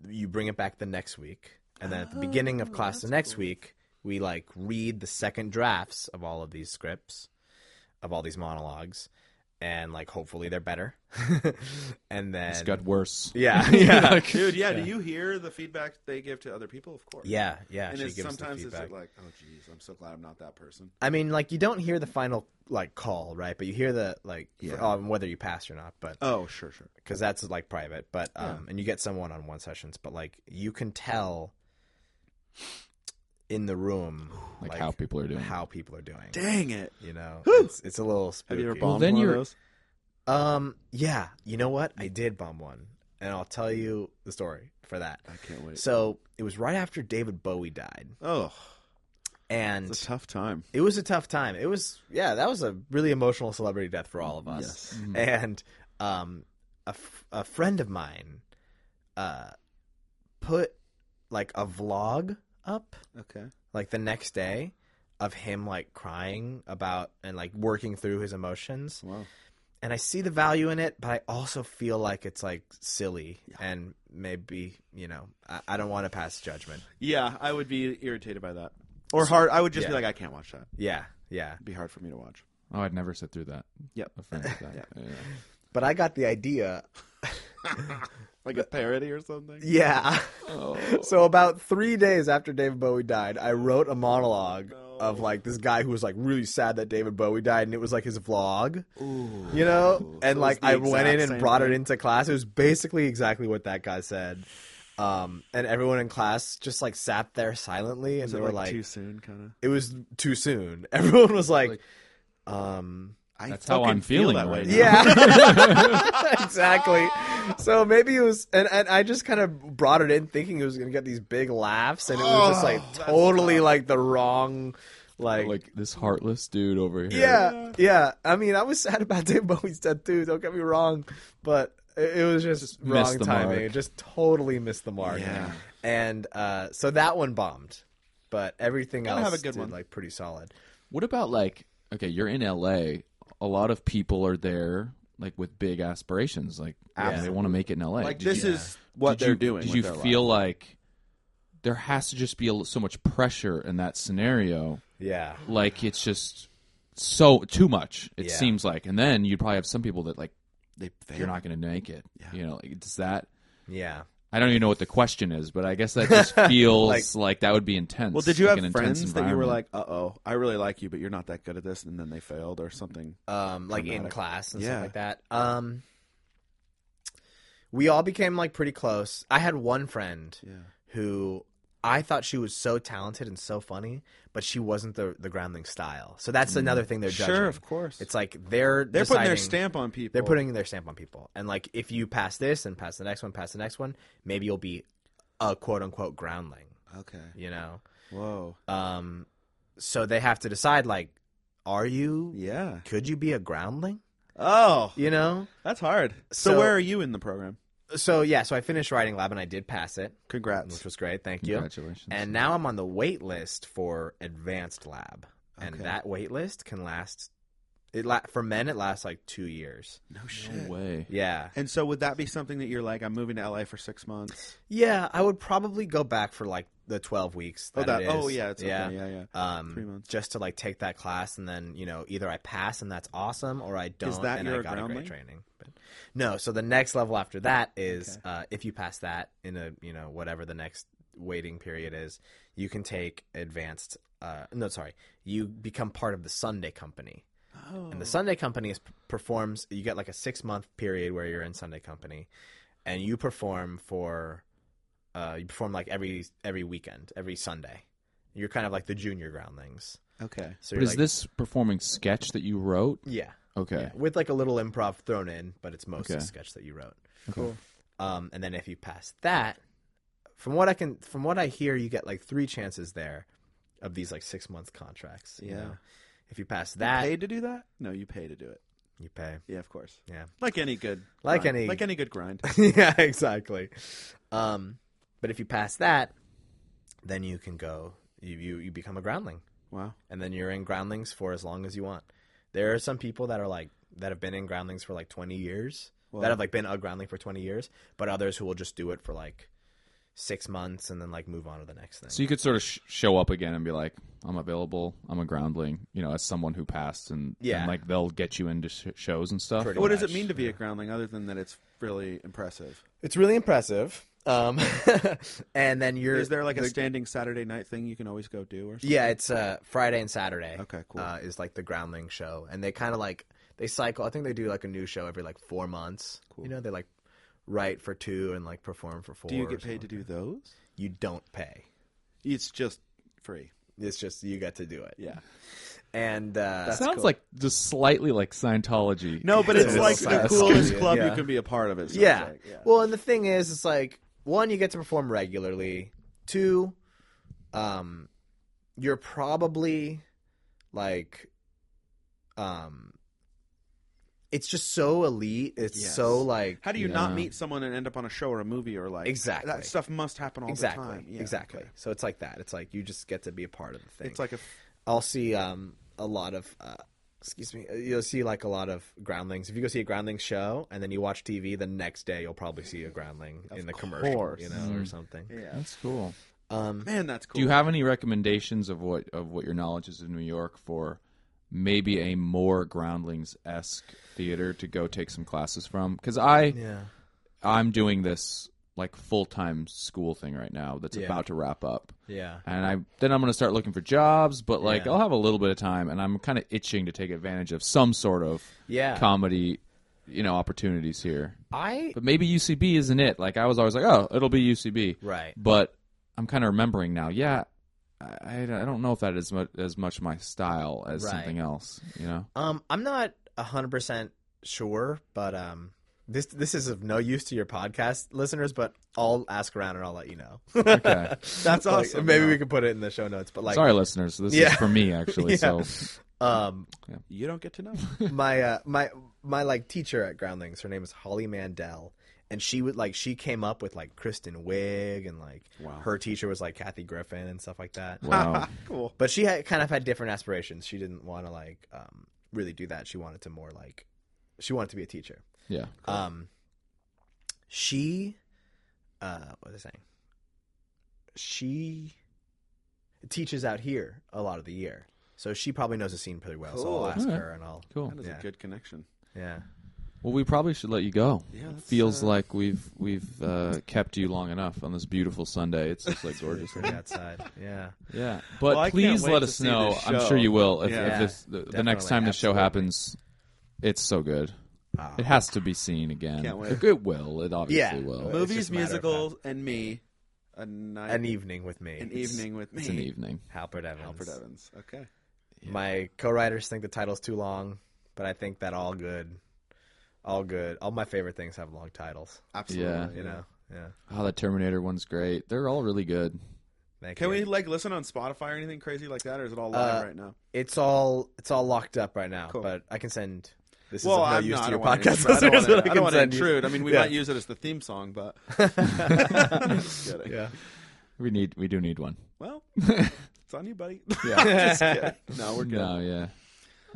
S2: you bring it back the next week. And then at the beginning of
S3: Oh,
S2: class the
S3: that's
S2: next
S3: cool.
S2: week, we like read the second drafts of all of these scripts, of all these monologues, and like hopefully they're better. and then
S1: It's got worse.
S2: Yeah, yeah.
S1: Like-
S3: Dude, yeah, Do you hear the feedback they give to other people? Of course.
S2: yeah, yeah.
S3: And
S2: she
S3: it's,
S2: gives the
S3: sometimes
S2: feedback.
S3: it's like, oh, geez, I'm so glad I'm not that person.
S2: I mean, like you don't hear the final like call, right? But you hear the like
S3: Yeah.
S2: um, whether you pass or not. But
S3: Oh, sure, sure.
S2: because that's like private, but um, and you get some one-on-one sessions, but like you can tell in the room
S1: Like, how people are doing.
S2: how people are doing.
S3: Dang it.
S2: You know,
S3: Whew.
S2: it's, it's a little
S3: Have
S2: spooky.
S3: you ever
S1: Well,
S3: bombed
S1: then
S3: one
S1: you're-
S3: of those?
S2: um, yeah, you know what? I did bomb one, and I'll tell you the story for that.
S3: I can't wait.
S2: So it was right after David Bowie died,
S3: oh,
S2: and
S3: it's a tough time.
S2: it was a tough time. It was yeah, that was a really emotional celebrity death for all of us.
S3: Yes.
S1: Mm-hmm.
S2: and um, a, f- a friend of mine uh, put like a vlog up
S3: Okay.
S2: like the next day of him like crying about and like working through his emotions
S3: Wow.
S2: and i see the value in it but i also feel like it's like silly and maybe you know i, I don't want to pass judgment
S3: Yeah, I would be irritated by that. Or hard. I would just be
S2: Yeah.
S3: like, I can't watch that.
S2: yeah yeah
S3: It'd be hard for me to watch.
S1: Oh, I'd never sit through that.
S3: Yep.
S1: A friend of that. yeah.
S2: but i got the idea
S3: Like a parody or something.
S2: yeah
S3: Oh.
S2: So about three days after David Bowie died, I wrote a monologue
S3: No.
S2: of like this guy who was like really sad that David Bowie died, and it was like his vlog,
S3: Ooh.
S2: you know.
S3: So it was
S2: And like
S3: the
S2: I went
S3: exact
S2: in and
S3: same
S2: brought it
S3: thing.
S2: into class. It was basically exactly what that guy said, um, and everyone in class just like sat there silently, and
S3: Is
S2: they
S3: it
S2: were
S3: like,
S2: like,
S3: too soon, kind of?
S2: "It was too soon." Everyone was like, um,
S3: I
S1: That's how I'm
S3: fucking feel
S1: feeling
S3: that
S1: right
S3: way.
S1: now.
S3: now.
S2: yeah. exactly. So maybe it was, and, and I just kind of brought it in thinking it was going to get these big laughs, and it was just like totally like the wrong, like.
S1: Like this heartless dude over here.
S2: yeah, yeah. I mean, I was sad about David Bowie's death too. Don't get me wrong, but it it was just, wrong
S1: missed the
S2: timing.
S1: mark.
S2: It just totally missed the mark.
S3: Yeah.
S2: And uh, so that one bombed, but everything
S3: Gotta
S2: else
S3: have a good
S2: did,
S3: one.
S2: like pretty solid.
S1: What about like okay, you're in LA. A a lot of people are there like with big aspirations, like yeah, they
S2: Absolutely.
S1: want to make it in L.A.
S3: like
S1: Did
S3: this
S1: you-
S3: is
S1: did
S3: what they're
S1: you-
S3: doing.
S1: Did
S3: with
S1: you
S3: their life.
S1: feel like there has to just be a, so much pressure in that scenario?
S2: Yeah.
S1: Like it's just so too much. It
S2: Yeah.
S1: seems like, and then you probably have some people that like
S3: they fail?
S1: you're not going to make it. You know, like, does that?
S2: Yeah.
S1: I don't even know what the question is, but I guess that just feels like, that would be intense.
S3: Well, did you
S1: like an
S3: have
S1: intense
S3: friends that you were
S1: environment.
S3: like, "Uh oh, I really like you, but you're not that good at this," and then they failed or something?
S2: um, like in
S3: Traumatic.
S2: class and
S3: Yeah.
S2: stuff like that. Um, we all became like pretty close. I had one friend
S3: Yeah.
S2: who I thought she was so talented and so funny, but she wasn't the the groundling style. So that's another thing they're judging.
S3: Mm, Sure, of course.
S2: It's like they're
S3: they're putting their
S2: deciding-
S3: stamp on people.
S2: They're putting their stamp on people, and like if you pass this and pass the next one, pass the next one, maybe you'll be a quote unquote groundling.
S3: okay.
S2: You know,
S3: Whoa.
S2: um, so they have to decide like, are you?
S3: Yeah.
S2: Could you be a groundling?
S3: Oh,
S2: You know.
S3: that's hard. So,
S2: So-
S3: where are you in the program?
S2: so yeah, so I finished writing lab and I did pass it,
S3: Congrats.
S2: which was great. Thank you.
S1: Congratulations.
S2: And now I'm on the wait list for advanced lab, and
S3: Okay.
S2: that wait list can last. It la- for men it lasts like two years.
S3: No
S1: no way.
S2: Yeah,
S3: And so would that be something that you're like, I'm moving to LA for six months?
S2: yeah. I would probably go back for like the twelve weeks. That
S3: oh, that.
S2: it is.
S3: Oh, yeah. It's okay. Yeah, yeah.
S2: Um,
S3: Three months.
S2: just to like take that class, and then you know either I pass and that's awesome, or I don't.
S3: that
S2: and
S3: your
S2: I got a
S3: groundling?
S2: great training. But no, so the next level after that is
S3: Okay.
S2: uh, if you pass that in a you know whatever the next waiting period is, you can take advanced. Uh, no, sorry, you become part of the Sunday Company,
S3: Oh.
S2: and the Sunday Company is, performs. You get like a six month period where you're in Sunday Company, and you perform for. Uh, you perform like every every weekend, every Sunday. You're kind of like the junior groundlings.
S3: okay.
S1: But
S2: So you're
S1: is
S2: like,
S1: this performing sketch that you wrote?
S2: yeah,
S1: Okay.
S2: yeah, with like a little improv thrown in, but it's mostly
S1: Okay.
S2: sketch that you wrote.
S3: Cool.
S2: Um, and then if you pass that, from what I can, from what I hear, you get like three chances there of these like six month contracts. you
S3: Yeah.
S2: know? If you pass
S3: That,
S2: that,
S3: paid to do that? No, you pay to do it.
S2: you pay.
S3: Yeah, of course.
S2: Yeah.
S3: Like any good.
S2: Like
S3: grind.
S2: any-
S3: Like any good grind.
S2: yeah, exactly. Um, but if you pass that, then you can go. You, you you become a groundling,
S3: Wow.
S2: and then you're in groundlings for as long as you want. There are some people that are like that have been in groundlings for like 20 years.
S3: Wow.
S2: that have like been a groundling for 20 years, but others who will just do it for like six months and then like move on to the next thing.
S1: So you could sort of sh- show up again and be like, "I'm available. I'm a groundling." You know, as someone who passed, and
S2: Yeah.
S1: and, like they'll get you into sh- shows and stuff.
S2: Pretty
S3: What does
S2: much,
S3: it mean to be a groundling other than that it's really impressive?
S2: it's really impressive. Um, and then you're
S3: Is there like a
S2: the-
S3: standing Saturday night thing you can always go do or something?
S2: yeah, it's uh Friday and Saturday.
S3: Okay, cool.
S2: Uh, is like the groundling show, and they kind of like they cycle. I think they do like a new show every like four months. You know, they like write for two and like perform for four.
S3: Do you
S2: or
S3: get paid to
S2: something.
S3: do those?
S2: You don't pay.
S3: It's just free.
S2: It's just you get to do it.
S3: Yeah.
S2: and uh,
S1: Sounds like just slightly like Scientology.
S3: No, but it's
S2: Yeah.
S3: like
S2: Yeah.
S3: the coolest
S2: Yeah.
S3: club you
S2: Yeah.
S3: can be a part of. It sounds
S2: Yeah.
S3: like. yeah.
S2: Well, and the thing is, it's like one, you get to perform regularly. Two, um, you're probably like, um, it's just so elite. It's
S3: Yes.
S2: so like
S3: How do you
S1: Yeah.
S3: not meet someone and end up on a show or a movie or like
S2: Exactly.
S3: that stuff must happen all
S2: exactly,
S3: the time. Yeah,
S2: exactly.
S3: okay.
S2: So it's like that. It's like you just get to be a part of the thing.
S3: It's like a
S2: I'll see um a lot of uh, excuse me. uh, You'll see like a lot of groundlings. If you go see a groundling show and then you watch TV, the next day you'll probably see a groundling in the commercial,
S3: course.
S2: you know, or something.
S3: yeah.
S1: that's cool.
S2: Um,
S3: Man, that's cool.
S1: Do you have any recommendations of what of what your knowledge is in New York for maybe a more groundlings esque theater to go take some classes from? Because I
S2: yeah.
S1: I'm doing this like full time school thing right now that's
S2: Yeah.
S1: about to wrap up.
S2: Yeah.
S1: and I then I'm going to start looking for jobs, but like
S2: Yeah.
S1: I'll have a little bit of time, and I'm kind of itching to take advantage of some sort of
S2: Yeah.
S1: comedy, you know, opportunities here.
S2: I
S1: But maybe UCB isn't it. Like I was always like, oh, it'll be UCB,
S2: right.
S1: but I'm kind of remembering now. Yeah, I, I I don't know if that is much, as much my style as
S2: Right.
S1: something else. You know,
S2: Um, I'm not hundred percent sure, but um, this this is of no use to your podcast listeners, but I'll ask around and I'll let you know.
S1: Okay.
S2: That's
S3: awesome,
S2: Maybe
S3: though.
S2: we could put it in the show notes, but like,
S1: sorry listeners, this is
S2: Yeah.
S1: for me actually.
S2: Yeah.
S1: So
S2: um,
S3: You don't get to know.
S2: my uh, my my like teacher at Groundlings, her name is Holly Mandel, and she would like she came up with like Kristen Wiig and like
S3: Wow.
S2: her teacher was like Kathy Griffin and stuff like that.
S1: wow,
S3: cool.
S2: But she had, kind of had different aspirations. She didn't want to like um, really do that. She wanted to more like she wanted to be a teacher.
S1: Yeah.
S2: Um, she, uh, what was I saying? She teaches out here a lot of the year, so she probably knows the scene pretty well. So
S3: Cool.
S2: I'll ask
S1: Alright.
S2: her and I'll.
S1: Cool.
S3: That is
S2: Yeah.
S3: a good connection.
S2: Yeah,
S1: Well, we probably should let you go.
S3: Yeah,
S1: it
S3: that's,
S1: feels
S3: uh,
S1: like we've we've uh, kept you long enough on this beautiful Sunday. It's just like gorgeous.
S2: pretty outside. Yeah,
S1: yeah, but
S3: Well, I can't
S1: please
S3: wait
S1: let
S3: to
S1: us
S3: see this
S1: know. I'm
S3: show.
S1: sure you will. If,
S3: Yeah.
S1: if this, the, the next
S2: Definitely,
S1: time this show
S2: absolutely.
S1: happens, it's so good.
S2: Ah.
S1: It has to be seen again.
S3: Can't wait.
S1: It will. It obviously
S2: Yeah.
S1: will.
S2: Well, it's
S3: Movies,
S2: just a matter of
S3: musicals, and me. A night,
S2: an evening with me.
S3: an
S2: It's
S3: evening with me.
S1: It's an evening.
S2: Halpert Evans.
S3: Alfred Evans. Okay.
S2: My co-writers think the title's too long, but I think that all good, all good, all my favorite things have long titles.
S3: Absolutely.
S1: Yeah.
S2: You know. Yeah.
S1: Oh, that Terminator one's great. They're all really good.
S2: Thank
S3: Can
S2: you.
S3: we like listen on Spotify or anything crazy like that, or is it all live
S2: Uh,
S3: right now?
S2: It's all it's all locked up right now,
S3: Cool.
S2: but I can send. This
S3: Well,
S2: is of no
S3: I'm
S2: use
S3: not.
S2: to
S3: I
S2: your
S3: don't wanna
S2: podcast
S3: intrude- I don't
S2: listeners,
S3: wanna-
S2: but
S3: I don't want to
S2: send you-
S3: intrude. I mean, we
S2: Yeah.
S3: might use it as the theme song, but just kidding.
S2: Yeah.
S1: We need. We do need one.
S3: Well, it's on you, buddy. Just kidding. No, we're good.
S1: No, yeah.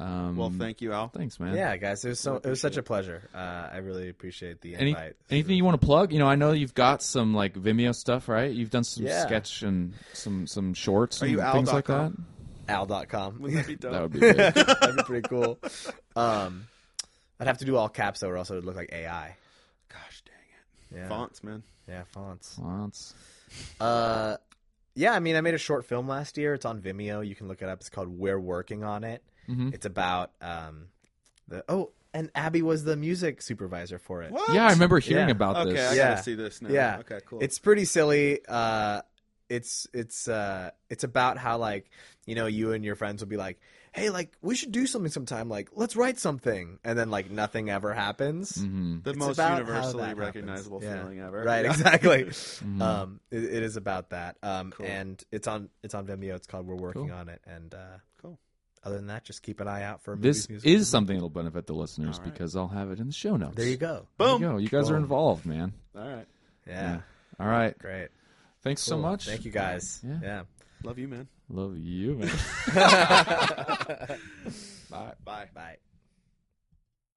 S1: Um,
S3: Well, thank you, Al.
S1: thanks, man.
S2: Yeah, guys, it was so it was such a pleasure. Uh, I really appreciate the
S1: Any,
S2: invite.
S1: anything you want to plug? You know, I know you've got some like Vimeo stuff, right? You've done some
S2: Yeah.
S1: sketch and some some shorts
S3: Are
S1: and
S3: you
S1: things like that.
S3: al.com?
S2: Al.com.
S3: Wouldn't that be dope?
S1: That would be good.
S2: That'd be pretty cool. Um, I'd have to do all caps though, or else it would look like AI.
S3: Gosh dang
S2: Yeah,
S3: it. Fonts, man.
S2: yeah, fonts.
S1: well, that's-
S2: Uh, yeah, I mean, I made a short film last year. It's on Vimeo. You can look it up. It's called "We're Working on It."
S1: Mm-hmm.
S2: It's about um, the oh, and Abby was the music supervisor for it.
S3: What?
S1: yeah, I remember hearing
S2: Yeah.
S1: about
S3: Okay, I
S1: this.
S2: Yeah.
S3: gotta see this now.
S2: Yeah.
S3: Okay, cool.
S2: It's pretty silly. Uh, it's it's uh, it's about how like you know you and your friends will be like, hey, like we should do something sometime. Like let's write something, and then like nothing ever happens.
S1: hmm
S3: the
S2: it's
S3: most
S2: about how
S3: universally
S2: that
S3: recognizable
S2: happens. Yeah.
S3: feeling ever.
S2: Right,
S3: Yeah.
S2: exactly. Um, it, it is about that. Um,
S3: Cool.
S2: and it's on it's on Vimeo. It's called We're Working
S1: Cool.
S2: on It. And uh,
S3: Cool.
S2: Other than that, just keep an eye out for
S1: This
S2: movies, musicals,
S1: is
S2: and-
S1: something that'll benefit the listeners
S3: All right.
S1: because I'll have it in the show notes.
S2: There you go.
S1: There you
S3: Boom.
S1: go. You guys are
S2: Boom.
S1: involved, man.
S3: All right.
S2: Yeah,
S1: All right.
S2: great.
S1: Thanks so
S2: Cool.
S1: much.
S2: Thank you guys.
S1: Yeah.
S2: yeah.
S3: Love you, man.
S1: Love you, man.
S3: Bye. Bye.
S2: Bye.